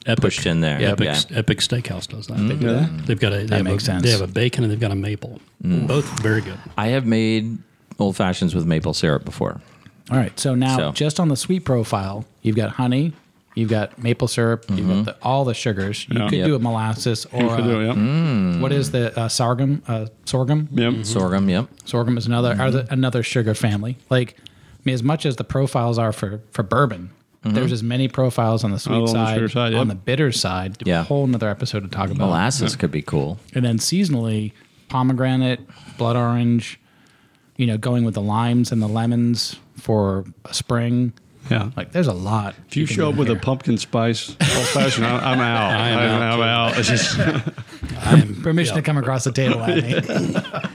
Speaker 3: Epic.
Speaker 1: pushed in there.
Speaker 3: Epic,
Speaker 1: Yeah.
Speaker 3: Epic Steakhouse does that. They
Speaker 4: Yeah.
Speaker 3: have got a they have
Speaker 2: makes
Speaker 3: a,
Speaker 2: sense.
Speaker 3: They have a bacon and they've got a maple.
Speaker 1: Mm.
Speaker 3: Both very good.
Speaker 1: I have made old fashions with maple syrup before.
Speaker 2: All right. So now,
Speaker 1: So-
Speaker 2: just on the sweet profile, you've got honey, you've got maple syrup, you've got the, all the sugars. You
Speaker 4: Yeah.
Speaker 1: Mm-hmm.
Speaker 2: could
Speaker 1: Yep.
Speaker 2: do a molasses or
Speaker 4: Could do
Speaker 2: a-
Speaker 4: it, yeah.
Speaker 2: what is the uh, sorghum? Uh, sorghum.
Speaker 4: Yep.
Speaker 1: Sorghum, yep.
Speaker 2: Sorghum is another are
Speaker 4: Mm-hmm.
Speaker 2: the, another sugar family. Like, I mean, as much as the profiles are for for bourbon.
Speaker 1: Mm-hmm.
Speaker 2: There's as many profiles on the sweet
Speaker 4: Oh, on the
Speaker 2: side,
Speaker 4: sugar side,
Speaker 2: on
Speaker 4: yep.
Speaker 2: the bitter side.
Speaker 1: Yeah.
Speaker 2: A whole another episode to talk about.
Speaker 1: Molasses could be cool.
Speaker 2: and then seasonally pomegranate, blood orange, you know, going with the limes and the lemons for a spring.
Speaker 4: Yeah.
Speaker 2: Like there's a lot.
Speaker 4: If you
Speaker 2: can
Speaker 4: show
Speaker 2: do
Speaker 4: up with
Speaker 2: here.
Speaker 4: a pumpkin spice old fashioned, I'm, I'm out. I am out. I'm out. It's just,
Speaker 2: permission to come across the table at me.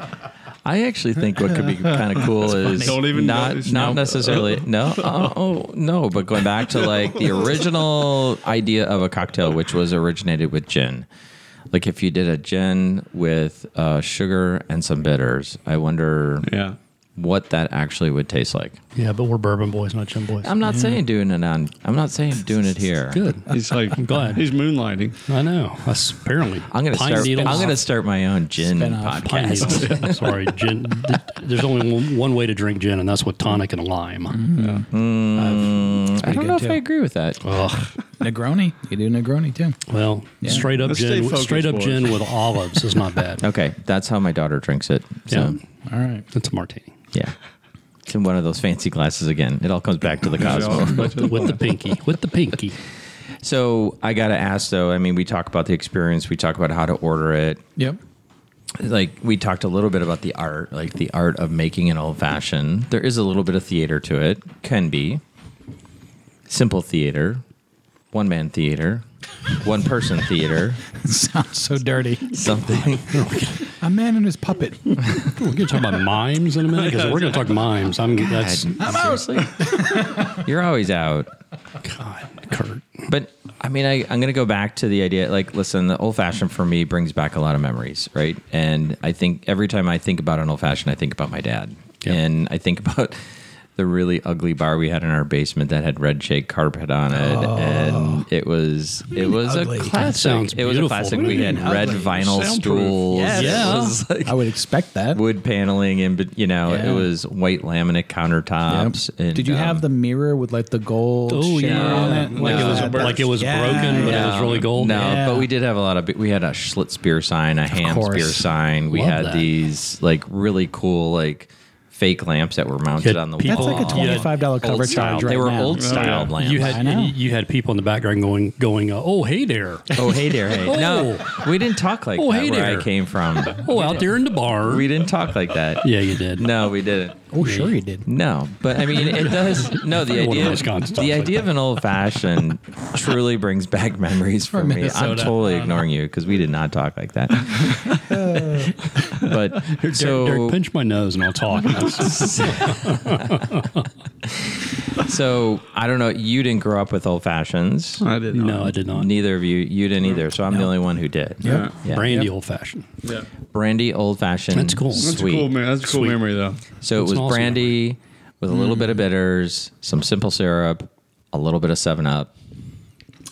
Speaker 1: I actually think what could be kind of cool is
Speaker 4: Don't even
Speaker 1: not
Speaker 4: notice
Speaker 1: not
Speaker 4: now.
Speaker 1: necessarily no oh, oh, no, but going back to like the original idea of a cocktail, which was originated with gin. Like if you did a gin with uh, sugar and some bitters, I wonder
Speaker 4: yeah.
Speaker 1: what that actually would taste like.
Speaker 3: Yeah, but we're bourbon boys, not gin boys.
Speaker 1: I'm not saying doing it on. I'm not saying doing it here.
Speaker 3: good.
Speaker 4: He's like, I'm
Speaker 3: glad.
Speaker 4: He's moonlighting.
Speaker 3: I know. That's apparently.
Speaker 1: I'm gonna
Speaker 3: Pine
Speaker 1: start.
Speaker 3: needles.
Speaker 1: I'm gonna start my own gin
Speaker 2: Spin-off.
Speaker 1: podcast.
Speaker 3: Pine needles. I'm sorry, gin. th- There's only one, one way to drink gin, and that's with tonic and lime.
Speaker 4: Mm.
Speaker 1: I don't
Speaker 2: good,
Speaker 1: know if
Speaker 2: too.
Speaker 1: I agree with that.
Speaker 3: Ugh.
Speaker 2: Negroni. You do Negroni too.
Speaker 3: Well, straight up
Speaker 4: Let's stay
Speaker 3: gin.
Speaker 4: focused,
Speaker 3: straight up
Speaker 4: boys.
Speaker 3: gin with olives is not bad.
Speaker 1: Okay, that's how my daughter drinks it. So,
Speaker 3: Yeah.
Speaker 2: All right.
Speaker 3: It's a martini
Speaker 1: yeah. It's in one of those fancy glasses again. It all comes back to the Cosmo.
Speaker 4: uh,
Speaker 3: with the pinky. With the pinky.
Speaker 1: so I got to ask though. I mean, we talk about the experience. We talk about how to order it.
Speaker 2: Yep.
Speaker 1: Like we talked a little bit about the art, like the art of making an old fashioned. There is a little bit of theater to it. Can be simple theater, one man theater, one person theater,
Speaker 2: Sounds so dirty.
Speaker 1: something.
Speaker 2: A man and his puppet.
Speaker 3: We're gonna talk about mimes in a minute because we're gonna talk mimes. I'm. That's
Speaker 1: Seriously, you're always out.
Speaker 3: God, Kurt.
Speaker 1: But I mean, I, I'm going to go back to the idea. Like, listen, the old fashioned for me brings back a lot of memories, right? And I think every time I think about an old fashioned, I think about my dad,
Speaker 3: Yep.
Speaker 1: and I think about the really ugly bar we had in our basement that had red shade carpet on it, and it was it was
Speaker 2: ugly?
Speaker 1: a
Speaker 2: That
Speaker 1: classic.
Speaker 3: sounds
Speaker 1: it was a
Speaker 3: beautiful.
Speaker 1: classic.
Speaker 3: What do
Speaker 1: We
Speaker 3: you
Speaker 1: had
Speaker 3: mean
Speaker 1: red
Speaker 3: ugly?
Speaker 1: vinyl
Speaker 4: Soundproof.
Speaker 1: stools.
Speaker 4: Yes.
Speaker 1: It
Speaker 3: Yeah.
Speaker 1: was like
Speaker 2: I would expect that.
Speaker 1: wood paneling, and but, you know,
Speaker 2: Yeah.
Speaker 1: it was white laminate countertops. And,
Speaker 2: Did you have
Speaker 1: um,
Speaker 2: the mirror with like the gold
Speaker 3: Oh,
Speaker 2: shimmer
Speaker 3: yeah.
Speaker 2: on it? uh,
Speaker 3: Like it was
Speaker 2: that-
Speaker 3: like it was
Speaker 2: Yeah,
Speaker 3: broken, but
Speaker 2: yeah.
Speaker 3: it was really gold.
Speaker 1: Um, No,
Speaker 2: Yeah.
Speaker 1: but we did have a lot of. We had a Schlitz beer sign, a Hams
Speaker 2: course.
Speaker 1: beer sign. We
Speaker 3: Love
Speaker 1: had
Speaker 3: that.
Speaker 1: these like really cool like fake lamps that were mounted
Speaker 3: Had
Speaker 1: on the
Speaker 3: people-
Speaker 2: That's
Speaker 1: wall.
Speaker 2: like a
Speaker 3: Aw.
Speaker 2: twenty-five dollar
Speaker 1: old
Speaker 2: cover
Speaker 1: style.
Speaker 2: charge right
Speaker 1: they were
Speaker 2: now.
Speaker 1: old style lamps.
Speaker 3: You
Speaker 2: I
Speaker 3: had
Speaker 2: know.
Speaker 3: you had people in the background going going. Uh, oh, hey there.
Speaker 1: oh hey there, hey. No, we didn't talk like
Speaker 3: Oh,
Speaker 1: that
Speaker 3: hey
Speaker 1: where
Speaker 3: there.
Speaker 1: I came from.
Speaker 3: Oh, out there in the bar.
Speaker 1: We didn't talk like that.
Speaker 3: Yeah, you did.
Speaker 1: No, we didn't.
Speaker 2: Oh, sure you did.
Speaker 1: No, but I mean, it does. No, the
Speaker 3: One of
Speaker 1: idea,
Speaker 3: those constants
Speaker 1: the
Speaker 3: like
Speaker 1: idea
Speaker 3: that.
Speaker 1: of an old fashioned truly brings back memories for
Speaker 2: From
Speaker 1: me. I'm
Speaker 2: Minnesota.
Speaker 1: totally ignoring you because we did not talk like that. but
Speaker 3: So, Derek,
Speaker 1: so
Speaker 3: pinch my nose and I'll talk. That's-
Speaker 1: so I don't know. You didn't grow up with old fashions.
Speaker 4: I didn't.
Speaker 3: no, I did not.
Speaker 1: Neither of you. You didn't either. So I'm the only one who did.
Speaker 2: Yep.
Speaker 1: Yeah.
Speaker 3: Brandy old fashioned.
Speaker 4: Yeah.
Speaker 1: Brandy old fashioned.
Speaker 3: That's cool. That's
Speaker 1: Sweet.
Speaker 4: Cool man. That's a cool
Speaker 3: Sweet.
Speaker 4: memory though.
Speaker 1: So it
Speaker 3: That's
Speaker 1: was
Speaker 3: an awesome
Speaker 1: brandy with a little
Speaker 2: Mm.
Speaker 1: bit of bitters, some simple syrup, a little bit of Seven Up,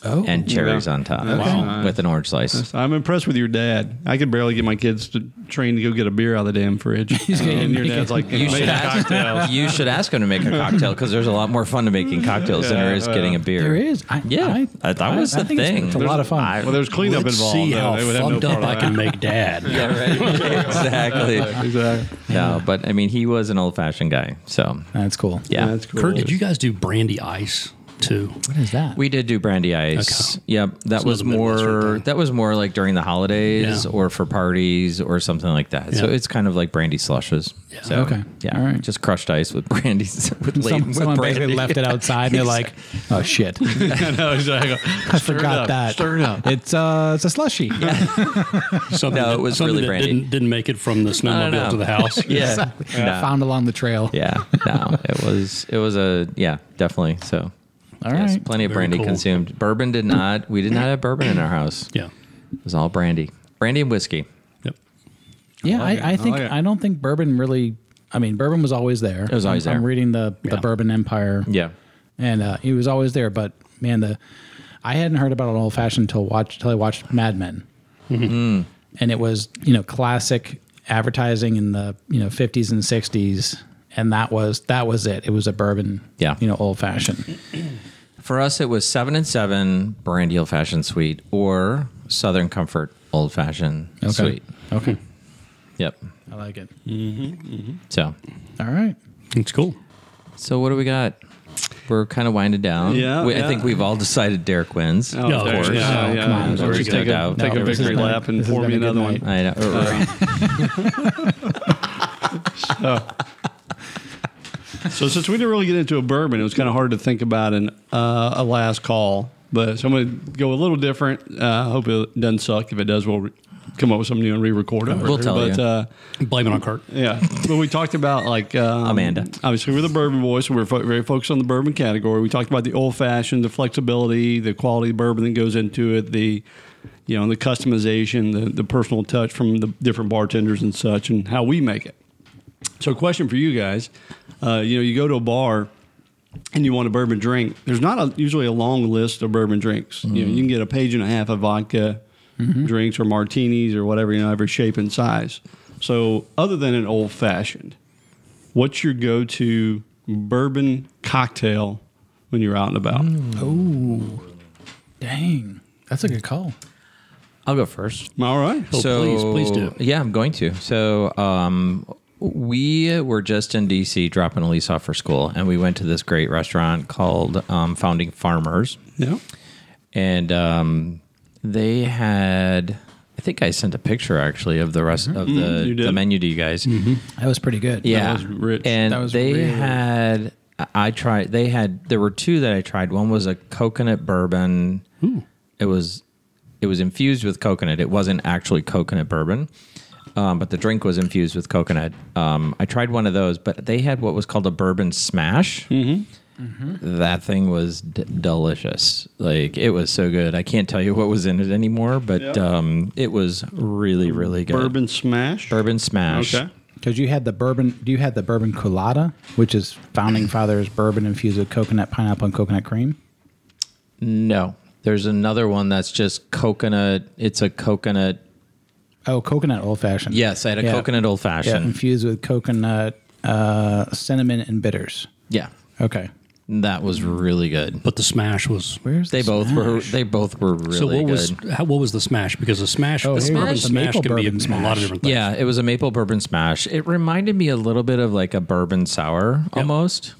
Speaker 2: Oh,
Speaker 1: and cherries on top
Speaker 4: Wow.
Speaker 1: with an orange slice.
Speaker 4: I'm impressed with your dad. I could barely get my kids to train to go get a beer out of the damn fridge. and your dad's like,
Speaker 1: You
Speaker 4: "Make
Speaker 1: should,
Speaker 4: a
Speaker 1: ask, you should ask him to make a cocktail because there's a lot more fun to making cocktails than there is getting a beer.
Speaker 2: there is. I,
Speaker 1: Yeah,
Speaker 2: I,
Speaker 1: I- that was
Speaker 2: I
Speaker 1: the
Speaker 2: think it's-
Speaker 1: thing.
Speaker 2: It's, a lot of fun.
Speaker 1: I-
Speaker 4: Well, there's cleanup
Speaker 3: Let's
Speaker 4: involved.
Speaker 3: see
Speaker 4: though.
Speaker 3: how
Speaker 4: They would have no
Speaker 3: fucked up
Speaker 4: part of
Speaker 3: I can make dad.
Speaker 1: Yeah, right. exactly.
Speaker 4: that. Exactly.
Speaker 1: No, but I mean, he was an old-fashioned guy. So
Speaker 2: That's cool.
Speaker 1: yeah,
Speaker 4: That's cool.
Speaker 3: Kurt, did you guys do brandy ice too?
Speaker 2: What is that?
Speaker 1: We did do brandy ice.
Speaker 3: Okay.
Speaker 1: Yep, that was
Speaker 3: another Midwest right
Speaker 1: more.
Speaker 3: there.
Speaker 1: that was more like during the holidays
Speaker 3: Yeah.
Speaker 1: or for parties or something like that. So
Speaker 3: Yeah.
Speaker 1: it's kind of like brandy slushes. Yeah. So,
Speaker 2: Okay.
Speaker 1: Yeah.
Speaker 2: All right.
Speaker 1: Just crushed ice with brandy with, laden
Speaker 2: Some,
Speaker 1: with
Speaker 2: someone
Speaker 1: brandy.
Speaker 2: basically left it outside, and they're like, "Oh shit, I
Speaker 4: I know exactly.
Speaker 2: forgot that."
Speaker 4: Stir it up.
Speaker 2: It's uh, it's a slushy.
Speaker 3: Something
Speaker 1: No, it was
Speaker 3: something
Speaker 1: really
Speaker 3: that
Speaker 1: brandy.
Speaker 3: Didn't, didn't make it from the
Speaker 1: I don't
Speaker 3: snowmobile
Speaker 1: know.
Speaker 3: to the house.
Speaker 1: Yeah. No.
Speaker 2: Found along the trail.
Speaker 1: Yeah, no, it was it was a yeah, definitely. So,
Speaker 2: All
Speaker 1: yes,
Speaker 2: right.
Speaker 1: plenty of
Speaker 3: Very
Speaker 1: brandy
Speaker 3: cool.
Speaker 1: consumed. Bourbon did not. We did not have bourbon in our house.
Speaker 3: yeah.
Speaker 1: It was all brandy, brandy and whiskey.
Speaker 3: Yep.
Speaker 2: Yeah,
Speaker 4: like it.
Speaker 2: I, I
Speaker 4: I
Speaker 2: think
Speaker 4: like it.
Speaker 2: I don't think bourbon really. I mean, bourbon was always there. It
Speaker 1: was always
Speaker 2: I'm, I'm
Speaker 1: there.
Speaker 2: reading the the
Speaker 3: Yeah.
Speaker 2: Bourbon Empire.
Speaker 1: Yeah,
Speaker 2: and uh, he was always there. But man, the I hadn't heard about an old fashioned till watch till I watched Mad Men,
Speaker 1: Mm-hmm.
Speaker 2: Mm. and it was you know classic advertising in the you know fifties and sixties, and that was that was it. It was a bourbon,
Speaker 1: Yeah.
Speaker 2: you know, old fashioned.
Speaker 1: for us it was seven and seven brandy old fashioned sweet or Southern Comfort old fashioned sweet.
Speaker 2: okay,
Speaker 1: Yep.
Speaker 2: I like it.
Speaker 4: Mm.
Speaker 1: So,
Speaker 2: All right,
Speaker 3: It's cool.
Speaker 1: so what do we got? We're kind of winding down.
Speaker 4: Yeah,
Speaker 1: we,
Speaker 4: yeah.
Speaker 1: I think we've all decided Derek wins.
Speaker 4: Oh,
Speaker 3: No,
Speaker 4: of course.
Speaker 3: no,
Speaker 4: yeah, yeah.
Speaker 2: come on.
Speaker 4: Don't you
Speaker 1: There's no
Speaker 4: take a,
Speaker 1: doubt.
Speaker 4: take
Speaker 2: No,
Speaker 4: a Uh,
Speaker 2: this
Speaker 4: victory
Speaker 2: is not-
Speaker 4: lap and
Speaker 2: this has
Speaker 4: pour
Speaker 2: been
Speaker 4: me
Speaker 2: a good
Speaker 4: another
Speaker 2: night.
Speaker 4: one.
Speaker 1: I know.
Speaker 4: So since we didn't really get into a bourbon, it was kind of hard to think about an uh, a last call. But so I'm going to go a little different. Uh, I hope it doesn't suck. If it does, we'll re- come up with something new and re-record it.
Speaker 1: We'll tell
Speaker 4: but,
Speaker 1: you.
Speaker 4: Uh,
Speaker 3: Blame it on Kurt.
Speaker 4: yeah, but we talked about like um,
Speaker 1: Amanda.
Speaker 4: Obviously, we're the bourbon boys, so we're fo- very focused on the bourbon category. We talked about the old fashioned, the flexibility, the quality of bourbon that goes into it, the you know the customization, the, the personal touch from the different bartenders and such, and how we make it. So, a question for you guys: uh, You know, you go to a bar and you want a bourbon drink. There's not a, usually a long list of bourbon drinks. You know, you can get a page and a half of vodka drinks or martinis or whatever you know, every shape and size. So, other than an old fashioned, what's your go-to bourbon cocktail when you're out and about?
Speaker 2: dang, that's a good call.
Speaker 1: I'll go first.
Speaker 4: All right.
Speaker 3: Oh, please, please do.
Speaker 1: Yeah, I'm going to. So, um, we were just in DC dropping Elise off for school, and we went to this great restaurant called um, Founding Farmers,
Speaker 4: Yeah.
Speaker 1: and um, they had. I think I sent a picture actually of the rest of
Speaker 4: Mm-hmm. you
Speaker 1: the,
Speaker 4: did. Mm-hmm.
Speaker 1: the menu to you guys.
Speaker 2: That was pretty good.
Speaker 1: Yeah,
Speaker 4: was rich.
Speaker 1: and
Speaker 2: That was
Speaker 1: they
Speaker 2: really
Speaker 1: had. I- I tried. They had. There were two that I tried. One was a coconut bourbon. It was. It was infused with coconut. It wasn't actually coconut bourbon, um, but the drink was infused with coconut. Um, I tried one of those, but they had what was called a bourbon smash.
Speaker 4: Mm-hmm.
Speaker 1: Mm-hmm. That thing was d- delicious. Like it was so good. I can't tell you what was in it anymore, but
Speaker 4: Yeah.
Speaker 1: um, it was really, really good.
Speaker 4: Bourbon smash.
Speaker 1: bourbon smash.
Speaker 4: Okay.
Speaker 2: Because you had the bourbon, you had the bourbon colada, which is founding fathers bourbon infused with coconut, pineapple, and coconut cream.
Speaker 1: No, there's another one that's just coconut. It's a coconut.
Speaker 2: Oh, coconut old fashioned.
Speaker 1: Yes, I had a
Speaker 2: Yeah.
Speaker 1: coconut old
Speaker 2: Yeah,
Speaker 1: fashioned.
Speaker 2: infused with coconut, uh, cinnamon, and bitters.
Speaker 1: Yeah.
Speaker 2: Okay.
Speaker 1: that was really good.
Speaker 3: But the smash was.
Speaker 2: Where's
Speaker 1: They
Speaker 2: the
Speaker 1: both were.
Speaker 2: smash?
Speaker 1: They both were really
Speaker 3: So what
Speaker 1: good.
Speaker 3: was how, what was the smash? Because the smash,
Speaker 2: Oh,
Speaker 3: the
Speaker 2: here
Speaker 3: bourbon
Speaker 2: was the
Speaker 3: smash
Speaker 2: maple
Speaker 3: can be a,
Speaker 2: bourbon
Speaker 3: a lot
Speaker 2: smash.
Speaker 3: of different things.
Speaker 1: yeah, it was a maple bourbon smash. It reminded me a little bit of like a bourbon sour almost.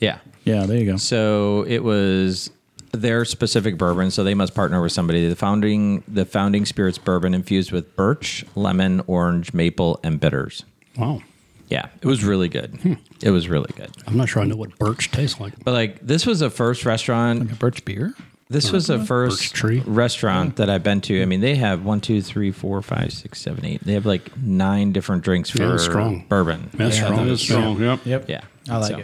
Speaker 1: Yeah.
Speaker 2: Yeah, there you go.
Speaker 1: So it was their specific bourbon, so they must partner with somebody. The founding the founding spirits bourbon infused with birch, lemon, orange, maple, and bitters.
Speaker 3: Wow.
Speaker 1: Yeah, it was really good. It was really good.
Speaker 3: I'm not sure I know what birch tastes like.
Speaker 1: But like this was the first restaurant
Speaker 2: A birch beer?
Speaker 1: This was the first
Speaker 3: tree.
Speaker 1: restaurant that I've been to. I mean, they have one, two, three, four, five, six, seven, eight. They have like nine different drinks for
Speaker 3: Yeah, that's strong.
Speaker 1: bourbon.
Speaker 3: That's
Speaker 2: Yeah,
Speaker 3: strong.
Speaker 2: that
Speaker 4: That's strong. Yep.
Speaker 2: Yep.
Speaker 1: Yeah,
Speaker 2: I like
Speaker 1: so,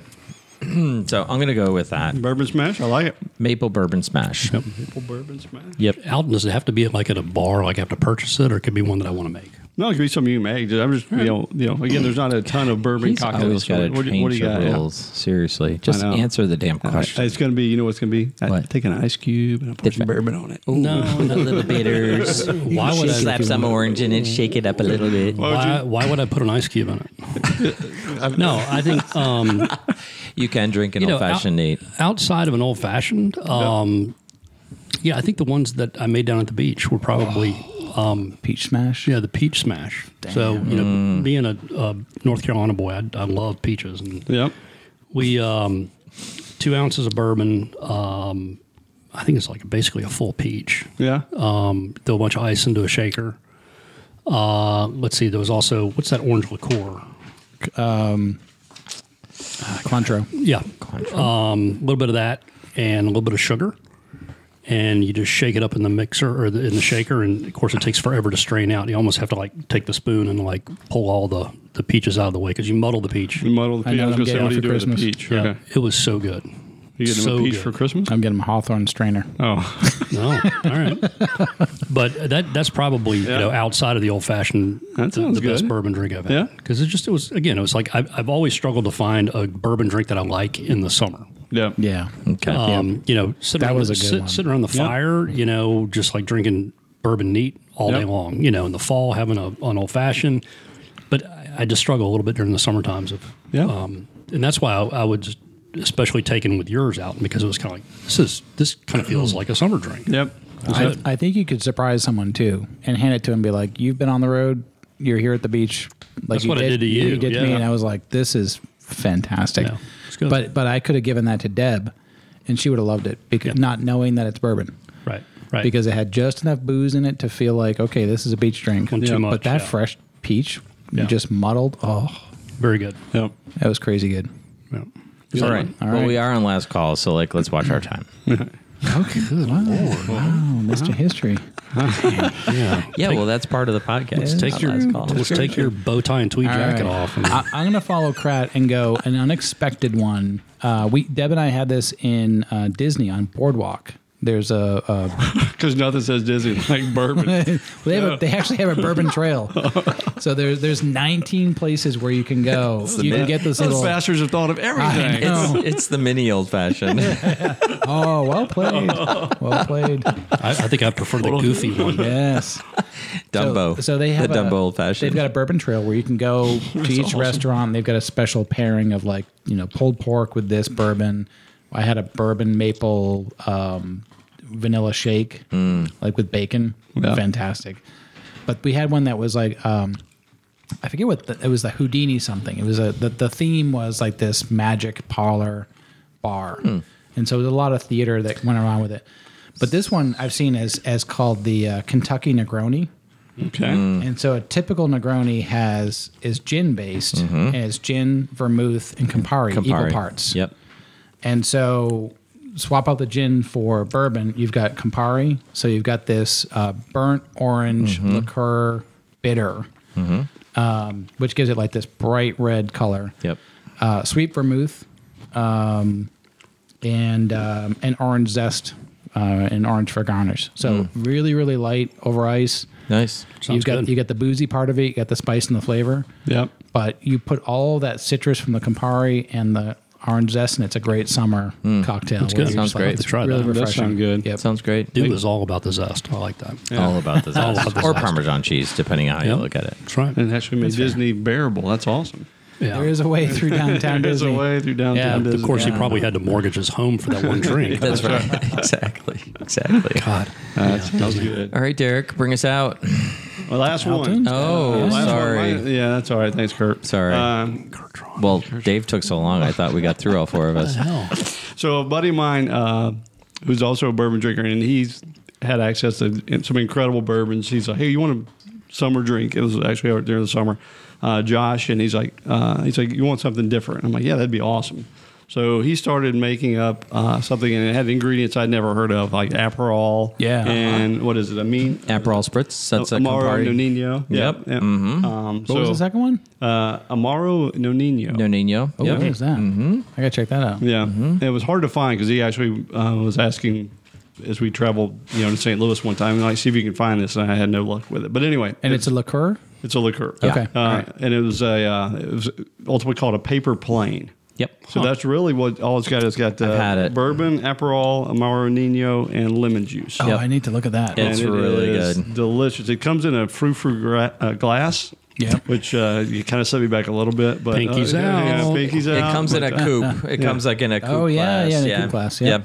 Speaker 2: it.
Speaker 1: So I'm gonna go with that
Speaker 4: Bourbon smash. I like it.
Speaker 1: maple bourbon smash. Yep.
Speaker 4: Maple bourbon smash.
Speaker 3: Alton, does it have to be like at a bar, like I have to purchase it, or it could be one that I want to make?
Speaker 4: No, it could be something you make. I'm just, you know, you know, again, there's not a ton of bourbon
Speaker 1: He's
Speaker 4: cocktails.
Speaker 1: always got to
Speaker 4: So what, do you-
Speaker 1: change
Speaker 4: what do you got?
Speaker 1: the
Speaker 4: Yeah.
Speaker 1: rules. Seriously, just
Speaker 4: know.
Speaker 1: answer the damn
Speaker 4: Uh,
Speaker 1: question.
Speaker 4: It's going to be, you know what it's going to be? I
Speaker 1: What?
Speaker 4: take an ice cube and I put some bourbon on it.
Speaker 3: No,
Speaker 1: a little bitters.
Speaker 3: Why would I-
Speaker 1: slap some orange in it, shake it up a little bit?
Speaker 3: Why, why would I put an ice cube in it? no, I think um,
Speaker 1: You can drink an
Speaker 3: You know,
Speaker 1: old fashioned, Nate.
Speaker 3: outside of an old fashioned, um, yeah, I think the ones that I made down at the beach were probably
Speaker 2: Peach smash.
Speaker 3: yeah the peach smash. So you know, being a, a North Carolina boy, I, I love peaches, and
Speaker 4: Yep.
Speaker 3: we um, two ounces of bourbon. Um, I think it's like basically a full peach.
Speaker 4: Yeah.
Speaker 2: Uh,
Speaker 3: Um, throw a bunch of ice into a shaker. Uh, let's see. There was also what's that orange liqueur?
Speaker 2: Contro.
Speaker 3: Yeah, um, a little bit of that and a little bit of sugar, and you just shake it up in the mixer or the, in the shaker. And of course, it takes forever to strain out. You almost have to like take the spoon and like pull all the the peaches out of the way because you muddle the peach.
Speaker 4: You muddle the
Speaker 2: I
Speaker 4: peach.
Speaker 2: know
Speaker 4: I was
Speaker 2: what I'm
Speaker 4: going to say,
Speaker 2: getting
Speaker 4: what do you
Speaker 2: for
Speaker 4: do with the
Speaker 2: Christmas.
Speaker 4: peach?
Speaker 3: Yeah,
Speaker 4: Okay.
Speaker 3: it was so good.
Speaker 4: You getting
Speaker 3: So
Speaker 4: them a peach
Speaker 3: good.
Speaker 4: for Christmas?
Speaker 2: I'm getting a Hawthorne strainer.
Speaker 4: Oh,
Speaker 3: No, all right, but that that's probably you know outside of the old fashioned
Speaker 4: That
Speaker 3: the,
Speaker 4: sounds
Speaker 3: the best
Speaker 4: good.
Speaker 3: bourbon drink I've had.
Speaker 4: Yeah.
Speaker 3: because it just it was again it was like I've, I've always struggled to find a bourbon drink that I like in the summer.
Speaker 4: yeah.
Speaker 2: Yeah.
Speaker 1: Okay.
Speaker 3: um, you know, sitting,
Speaker 2: That
Speaker 3: around,
Speaker 2: was a good
Speaker 3: sit,
Speaker 2: one.
Speaker 3: sitting around the fire, you know, just like drinking bourbon neat all
Speaker 4: Yep.
Speaker 3: day long, you know, in the fall, having a, an old fashioned. But I, I just struggle a little bit during the summer times of,
Speaker 4: Yeah.
Speaker 3: um, and that's why I, I would just especially taken with yours out because it was kind of like, this is, this kind of feels like a summer drink.
Speaker 4: Yep.
Speaker 2: I, I think you could surprise someone too and hand it to him and be like, You've been on the road, you're here at the beach. Like
Speaker 3: That's what I did to you,
Speaker 2: did to me.
Speaker 3: yeah.
Speaker 2: And I was like, This is fantastic.
Speaker 3: Yeah, it's good.
Speaker 2: But but I could have given that to Deb and she would have loved it because not knowing that it's bourbon.
Speaker 3: Right. Right.
Speaker 2: Because it had just enough booze in it to feel like, okay, this is a beach drink.
Speaker 3: Well, too
Speaker 2: but
Speaker 3: much,
Speaker 2: that
Speaker 3: yeah.
Speaker 2: fresh peach
Speaker 3: Yeah.
Speaker 2: you just muddled. Oh,
Speaker 3: very good.
Speaker 4: Yep.
Speaker 2: that was crazy good.
Speaker 3: Yeah.
Speaker 1: all right.
Speaker 2: All
Speaker 1: Well,
Speaker 2: right.
Speaker 1: we are on last call, so like, let's watch our time.
Speaker 2: Okay. Wow. Wow, Mr. History.
Speaker 1: Yeah, well, that's part of the podcast. It's
Speaker 2: take
Speaker 1: not
Speaker 3: your-
Speaker 1: last call.
Speaker 3: Let's take your bow tie and tweed jacket off. And,
Speaker 2: I, I'm going to follow Krat and go an unexpected one. Uh, we Deb and I had this in uh, Disney on Boardwalk. There's a, a
Speaker 4: Because nothing says Disney like bourbon.
Speaker 2: they have a, they actually have a bourbon trail. So there's there's 19 places where you can go. You can get this
Speaker 4: Those
Speaker 2: little.
Speaker 4: bastards have thought of everything.
Speaker 2: know.
Speaker 1: It's, it's the mini old fashioned.
Speaker 2: Oh, well played, well played.
Speaker 3: I, I think I prefer the goofy one.
Speaker 2: Yes.
Speaker 1: Dumbo.
Speaker 2: So, so they have
Speaker 1: the
Speaker 2: a-
Speaker 1: Dumbo old
Speaker 2: They've
Speaker 1: fashioned.
Speaker 2: got a bourbon trail where you can go to each restaurant. They've got a special pairing of like you know pulled pork with this bourbon. I had a bourbon maple um, vanilla shake,
Speaker 1: Hmm.
Speaker 2: like with bacon.
Speaker 4: Yeah.
Speaker 2: Fantastic. But we had one that was like um, I forget what the, it was the Houdini something. It was a the, the theme was like this magic parlor bar,
Speaker 1: Hmm.
Speaker 2: and so there was a lot of theater that went around with it. But this one I've seen as as called the uh, Kentucky Negroni.
Speaker 4: Okay.
Speaker 2: And so a typical Negroni has is gin based, and it's gin, vermouth, and Campari, equal
Speaker 1: Mm-hmm. Campari.
Speaker 2: parts.
Speaker 1: Yep.
Speaker 2: And so swap out the gin for bourbon, you've got Campari. So you've got this uh, burnt orange
Speaker 1: Mm-hmm.
Speaker 2: liqueur bitter, um, which gives it like this bright red color.
Speaker 1: Yep.
Speaker 2: Uh, sweet vermouth, um, and um, an orange zest, uh, and orange for garnish. So
Speaker 1: Mm.
Speaker 2: really, really light over ice
Speaker 1: Nice.
Speaker 3: Sounds
Speaker 2: you've got
Speaker 3: good.
Speaker 2: you got the boozy part of it, you got the spice and the flavor,
Speaker 4: Yep.
Speaker 2: but you put all that citrus from the Campari and the orange zest, and it's a great summer cocktail. That's
Speaker 3: good. Sounds great.
Speaker 2: It's
Speaker 3: Let's try
Speaker 2: really
Speaker 3: that. That
Speaker 2: refreshing.
Speaker 4: sound good.
Speaker 2: Yep.
Speaker 1: Hmm. Sounds great.
Speaker 3: Dew is all about the zest. I like that.
Speaker 1: All about the
Speaker 3: All
Speaker 1: zest.
Speaker 3: about the
Speaker 1: or
Speaker 3: zest.
Speaker 1: Parmesan cheese, depending on how you look at it.
Speaker 3: That's right.
Speaker 4: And it actually made Disney bearable. That's awesome.
Speaker 3: Yeah.
Speaker 2: there is a way through downtown
Speaker 4: There's
Speaker 2: Disney.
Speaker 4: a way through downtown
Speaker 2: Yeah, of
Speaker 4: Disney.
Speaker 3: Of course, he probably had to mortgage his home for that one drink.
Speaker 1: That's right. exactly. Exactly.
Speaker 3: God.
Speaker 4: That's, that's good.
Speaker 1: All right, Derek, bring us out.
Speaker 4: My last
Speaker 2: Alton?
Speaker 4: one.
Speaker 1: Oh,
Speaker 4: Last one.
Speaker 1: sorry.
Speaker 4: Mine- yeah, that's all right. Thanks, Kurt.
Speaker 1: Sorry.
Speaker 4: Um,
Speaker 1: Well, Dave took so long. I thought we got through all four of us.
Speaker 3: Hell.
Speaker 4: So a buddy of mine, uh, who's also a bourbon drinker, and he's had access to some incredible bourbons. He's like, "Hey, you want to summer drink. It was actually out during the summer. Uh, Josh and he's like, uh, he's like, you want something different? I'm like, yeah, that'd be awesome. So he started making up uh, something, and it had ingredients I'd never heard of, like Aperol.
Speaker 2: Yeah.
Speaker 4: And what is it? Amine.
Speaker 1: Aperol spritz. That's a
Speaker 4: Amaro
Speaker 1: Campari.
Speaker 4: Nonino.
Speaker 1: Yep.
Speaker 4: Mm-hmm. Um,
Speaker 2: What was the second one?
Speaker 1: oh,
Speaker 4: Uh, Amaro Nonino.
Speaker 1: No Nino.
Speaker 2: Oh,
Speaker 1: Yep.
Speaker 2: what was that? Mm-hmm. I gotta check that out.
Speaker 4: Yeah,
Speaker 1: Mm-hmm.
Speaker 4: it was hard to find because he actually uh, was asking as we traveled, you know, to St. Louis one time, like, see if you can find this, and I had no luck with it. But anyway,
Speaker 2: And it's a liqueur.
Speaker 4: it's a liqueur.
Speaker 2: Yeah. Okay.
Speaker 4: uh,
Speaker 2: All right.
Speaker 4: and it was a uh, it was ultimately called a paper plane.
Speaker 1: Yep.
Speaker 4: So that's really what all it's got. It's got uh,
Speaker 1: had it.
Speaker 4: bourbon, aperol, amaro nino, and lemon juice.
Speaker 2: Oh,
Speaker 1: Yep.
Speaker 2: I need to look at that.
Speaker 1: Yeah.
Speaker 4: And
Speaker 1: It's
Speaker 4: it
Speaker 1: really
Speaker 4: is
Speaker 1: good.
Speaker 4: Delicious. It comes in a frou frou gra- uh, glass.
Speaker 2: Yeah.
Speaker 4: which uh, you kind of set me back a little bit, but
Speaker 3: Pinkies
Speaker 4: uh, yeah,
Speaker 3: out.
Speaker 4: pinkies
Speaker 1: It
Speaker 4: out.
Speaker 1: comes in
Speaker 4: but,
Speaker 1: a
Speaker 4: uh,
Speaker 1: coupe. It comes like in a coupe
Speaker 2: Oh, yeah,
Speaker 1: class.
Speaker 2: yeah, in a coupe class, yeah.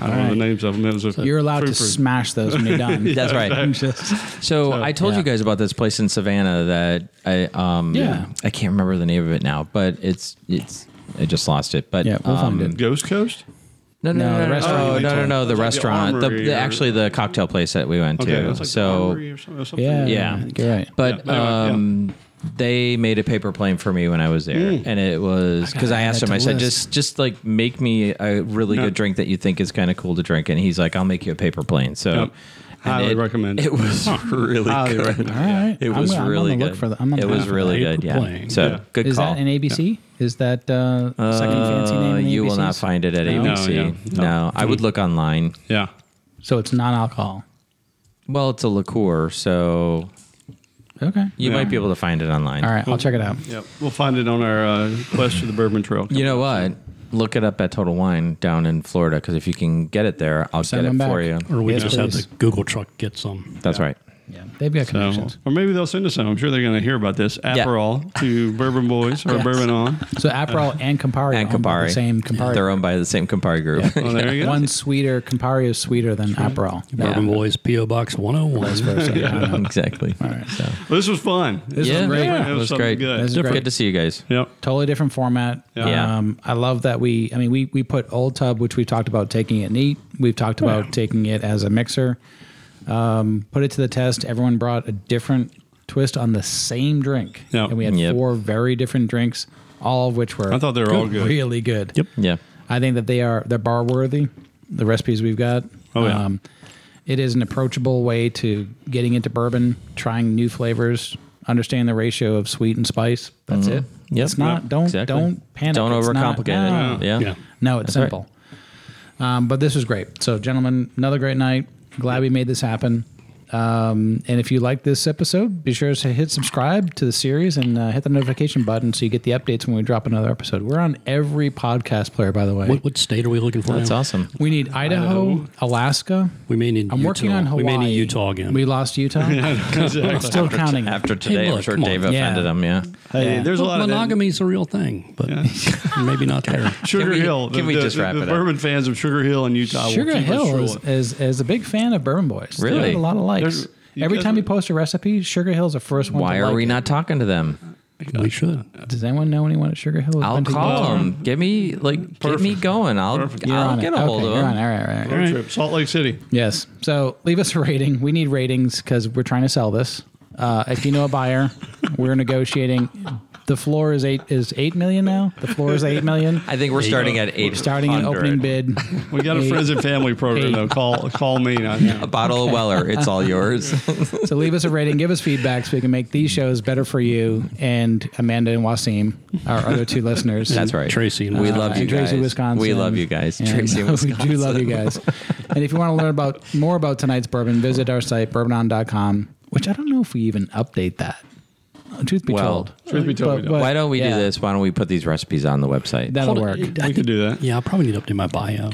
Speaker 4: I don't know the names of them. It was a
Speaker 2: You're allowed to
Speaker 4: frou-frou.
Speaker 2: smash those when you're done.
Speaker 1: That's right.
Speaker 2: Just-
Speaker 1: So, I told
Speaker 2: yeah.
Speaker 1: you guys about this place in Savannah that I um
Speaker 2: Yeah.
Speaker 1: I can't remember the name of it now, but it's it's I just lost it. But
Speaker 2: yeah, we'll
Speaker 1: um,
Speaker 2: find it.
Speaker 4: Ghost Coast.
Speaker 1: No, no,
Speaker 2: No,
Speaker 1: no,
Speaker 2: the
Speaker 1: no, no,
Speaker 2: restaurant.
Speaker 1: no, no, no, no,
Speaker 4: Like the
Speaker 1: the restaurant, the,
Speaker 4: armory
Speaker 1: the-
Speaker 4: or-
Speaker 1: actually the cocktail place that we went to.
Speaker 4: that's like
Speaker 1: so
Speaker 4: Armory or some- or something.
Speaker 2: Yeah,
Speaker 1: Yeah.
Speaker 2: you're right.
Speaker 1: But
Speaker 4: Yeah, anyway, yeah.
Speaker 1: um, they made a paper plane for me when I was there,
Speaker 4: Hmm.
Speaker 1: and it was because I,
Speaker 2: add
Speaker 1: asked
Speaker 2: that
Speaker 1: him.
Speaker 2: to
Speaker 1: I said,
Speaker 2: list.
Speaker 1: "Just, just like make me a really
Speaker 4: Yeah.
Speaker 1: good drink that you think is kind of cool to drink," and he's like, "I'll make you a paper plane." So,
Speaker 4: Yeah.
Speaker 1: and
Speaker 4: Highly
Speaker 1: it,
Speaker 4: recommend it.
Speaker 1: It was really
Speaker 4: Highly
Speaker 1: good.
Speaker 4: recommend
Speaker 2: All right.
Speaker 1: It
Speaker 2: I'm
Speaker 1: was
Speaker 2: gonna- I'm on
Speaker 1: really
Speaker 2: the
Speaker 1: good.
Speaker 2: look for the- I'm on
Speaker 1: it
Speaker 2: the
Speaker 1: was
Speaker 2: look for
Speaker 1: really
Speaker 3: that.
Speaker 1: good. Yeah.
Speaker 3: Paper plane.
Speaker 1: So
Speaker 4: Yeah.
Speaker 1: good
Speaker 2: Is
Speaker 1: call.
Speaker 2: that an ABC? Is that uh, second fancy name?
Speaker 1: Uh,
Speaker 2: in the
Speaker 1: you will
Speaker 2: ABCs?
Speaker 1: not find it at
Speaker 2: No?
Speaker 1: ABC.
Speaker 4: yeah.
Speaker 1: No, I would look online.
Speaker 4: Yeah.
Speaker 2: So it's non-alcohol.
Speaker 1: Well, it's a liqueur, so
Speaker 2: Okay.
Speaker 1: you
Speaker 4: Yeah.
Speaker 1: might be able to find it online.
Speaker 2: All right, I'll check it out.
Speaker 4: Yep. We'll find it on our uh, quest to the Bourbon Trail.
Speaker 1: You know what? Look it up at Total Wine down in Florida because if you can get it there, I'll
Speaker 2: Send
Speaker 1: get
Speaker 2: them
Speaker 1: it for
Speaker 2: back.
Speaker 1: you.
Speaker 3: Or we
Speaker 2: Yes,
Speaker 3: just
Speaker 2: please.
Speaker 3: have the Google truck get some.
Speaker 1: That's right.
Speaker 2: Yeah, they've got
Speaker 4: So,
Speaker 2: connections.
Speaker 4: or maybe they'll send us some. I'm sure they're going to hear about this. Aperol to Bourbon Boys or
Speaker 2: Yes.
Speaker 4: Bourbon On.
Speaker 2: So Aperol
Speaker 4: uh,
Speaker 2: and Campari,
Speaker 1: And
Speaker 2: are owned by
Speaker 1: Campari.
Speaker 2: the same Campari.
Speaker 1: They're owned by the same Campari group.
Speaker 4: Well, there you go.
Speaker 2: One sweeter, Campari is sweeter than Aperol.
Speaker 3: Bourbon Boys, P.O. Box 101.
Speaker 2: So, I don't know.
Speaker 1: exactly.
Speaker 2: All right, so
Speaker 4: This was fun.
Speaker 2: This
Speaker 1: yeah,
Speaker 2: was great.
Speaker 1: yeah,
Speaker 4: It
Speaker 1: it
Speaker 4: was
Speaker 1: was
Speaker 4: something
Speaker 1: great.
Speaker 4: good.
Speaker 1: Good.
Speaker 2: This is great.
Speaker 1: to see you guys.
Speaker 4: Yep.
Speaker 2: totally different format.
Speaker 1: Yeah.
Speaker 2: Um, I love that we. I mean, we we put Old Tub, which we've talked about taking it neat. We've talked about taking it as a mixer. Um, put it to the test. Everyone brought a different twist on the same drink,
Speaker 4: Yeah.
Speaker 2: and we had
Speaker 1: Yep.
Speaker 2: four very different drinks, all of which were.
Speaker 4: I thought they were all good.
Speaker 2: really good.
Speaker 3: Yep.
Speaker 1: Yeah.
Speaker 2: I think that they are they're bar worthy. The recipes we've got. Um,
Speaker 4: Oh, yeah.
Speaker 2: it is an approachable way to getting into bourbon, trying new flavors, understand the ratio of sweet and spice. That's it.
Speaker 1: Mm-hmm. Yep.
Speaker 2: It's not. Don't
Speaker 1: Exactly.
Speaker 2: don't panic.
Speaker 1: Don't
Speaker 2: It's not- ah.
Speaker 1: overcomplicate it.
Speaker 2: no.
Speaker 1: Yeah.
Speaker 3: Yeah.
Speaker 2: No, it's
Speaker 1: That's right.
Speaker 2: simple. Um, but this was great. So, gentlemen, another great night. Glad we made this happen. Um, and if you like this episode, be sure to hit subscribe to the series and uh, hit the notification button so you get the updates when we drop another episode. We're on every podcast player, by the way.
Speaker 3: What, what state are we looking for?
Speaker 1: That's
Speaker 3: now?
Speaker 1: awesome.
Speaker 2: we need Idaho, Alaska.
Speaker 3: We may need
Speaker 2: I'm
Speaker 3: Utah.
Speaker 2: working on Hawaii.
Speaker 3: We may need Utah again.
Speaker 2: We lost Utah. We're still counting.
Speaker 1: After today, I'm
Speaker 3: look,
Speaker 1: sure
Speaker 3: come on.
Speaker 1: Dave
Speaker 2: Yeah.
Speaker 1: offended him. Yeah.
Speaker 4: Hey,
Speaker 2: Yeah.
Speaker 4: there's a
Speaker 3: Well,
Speaker 4: lot of
Speaker 3: monogamy is a real thing, but maybe not there.
Speaker 4: Sugar
Speaker 1: Can we-
Speaker 4: Hill.
Speaker 1: can we
Speaker 4: the,
Speaker 1: just
Speaker 4: the,
Speaker 1: wrap
Speaker 4: the
Speaker 1: it up?
Speaker 4: Bourbon fans of Sugar Hill in Utah. will
Speaker 2: Sugar
Speaker 4: keep us
Speaker 2: Hill is,
Speaker 4: rolling.
Speaker 2: is, is a big fan of Bourbon Boys. They
Speaker 1: Really?
Speaker 2: got a lot of likes.
Speaker 4: There's- you
Speaker 2: Every
Speaker 4: guys
Speaker 2: time
Speaker 4: are-
Speaker 2: you post a recipe, Sugar Hill's the first one.
Speaker 1: Why
Speaker 2: to
Speaker 1: are
Speaker 2: like
Speaker 1: we
Speaker 2: it.
Speaker 1: not talking to them?
Speaker 3: We should.
Speaker 2: Does anyone know anyone at Sugar Hill? who's
Speaker 1: I'll
Speaker 2: been to
Speaker 1: call
Speaker 2: Utah?
Speaker 1: them. Get me like get me going. I'll
Speaker 4: Perfect.
Speaker 2: You're
Speaker 1: I'll
Speaker 2: on
Speaker 1: get
Speaker 2: it.
Speaker 1: a hold
Speaker 2: okay,
Speaker 1: of
Speaker 2: you're
Speaker 1: them.
Speaker 2: on. All right, all right. all right.
Speaker 4: Road trip. Salt Lake City.
Speaker 2: Yes. So leave us a rating. We need ratings because we're trying to sell this. Uh, if you know a buyer, we're negotiating. The floor is eight is eight million now. The floor is eight million.
Speaker 1: I think we're starting at eight.
Speaker 2: Starting an opening bid.
Speaker 4: We got a
Speaker 2: Eight.
Speaker 4: friends and family program
Speaker 2: Eight.
Speaker 4: though. Call call me. I know.
Speaker 1: A bottle of Weller. It's all yours.
Speaker 2: So leave us a rating, give us feedback so we can make these shows better for you and Amanda and Wasim, our other two listeners.
Speaker 1: That's right.
Speaker 3: Tracy and
Speaker 1: we
Speaker 3: I.
Speaker 1: love you
Speaker 2: and Tracy,
Speaker 1: guys.
Speaker 2: Wisconsin.
Speaker 1: We love you guys.
Speaker 2: And
Speaker 1: Tracy, and Wisconsin.
Speaker 2: We do love you guys. and if you want to learn about more about tonight's bourbon, visit our site, bourbonon.com, which I don't know if we even update that. Uh, Truth be
Speaker 1: Well,
Speaker 2: told.
Speaker 4: Truth be told, we don't.
Speaker 1: Why don't we
Speaker 2: yeah,
Speaker 1: do this? Why don't we put these recipes on the website?
Speaker 2: That'll
Speaker 3: Hold
Speaker 2: work.
Speaker 3: on.
Speaker 4: We could do that.
Speaker 3: Yeah, I probably need to update my bio.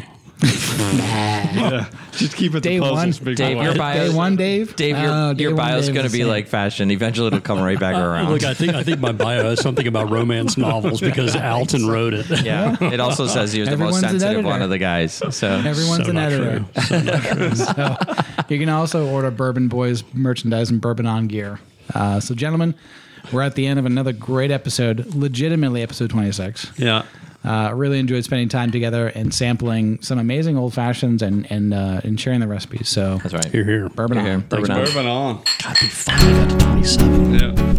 Speaker 4: Just keep it
Speaker 2: Day
Speaker 4: the puzzles.
Speaker 2: one.
Speaker 4: Big
Speaker 1: Dave,
Speaker 4: boy.
Speaker 1: your bio.
Speaker 2: Day one, Dave?
Speaker 1: Dave, your,
Speaker 2: Oh, day
Speaker 1: your
Speaker 2: one,
Speaker 1: bio's
Speaker 2: Dave
Speaker 1: going to
Speaker 2: is the
Speaker 1: be
Speaker 2: same.
Speaker 1: like fashion. Eventually, it'll come right back around.
Speaker 3: Look, I think I think my bio is something about romance novels because Alton wrote it.
Speaker 1: yeah. It also says he was the most
Speaker 2: Everyone's an
Speaker 1: sensitive
Speaker 2: editor.
Speaker 1: one of the guys. So
Speaker 2: Everyone's
Speaker 3: So
Speaker 2: an
Speaker 3: not
Speaker 2: editor.
Speaker 3: true.
Speaker 2: so you can also order Bourbon Boys merchandise and Bourbon On gear. Uh, so, gentlemen, we're at the end of another great episode, legitimately episode 26.
Speaker 4: Yeah.
Speaker 2: Uh, really enjoyed spending time together and sampling some amazing old fashions and and uh, and sharing the recipes. So
Speaker 1: That's right.
Speaker 3: Here, here.
Speaker 2: bourbon.
Speaker 1: Here,
Speaker 2: on.
Speaker 1: here. Bourbon on.
Speaker 4: Bourbon on.
Speaker 3: God, be funny. That's 27.
Speaker 4: Yeah.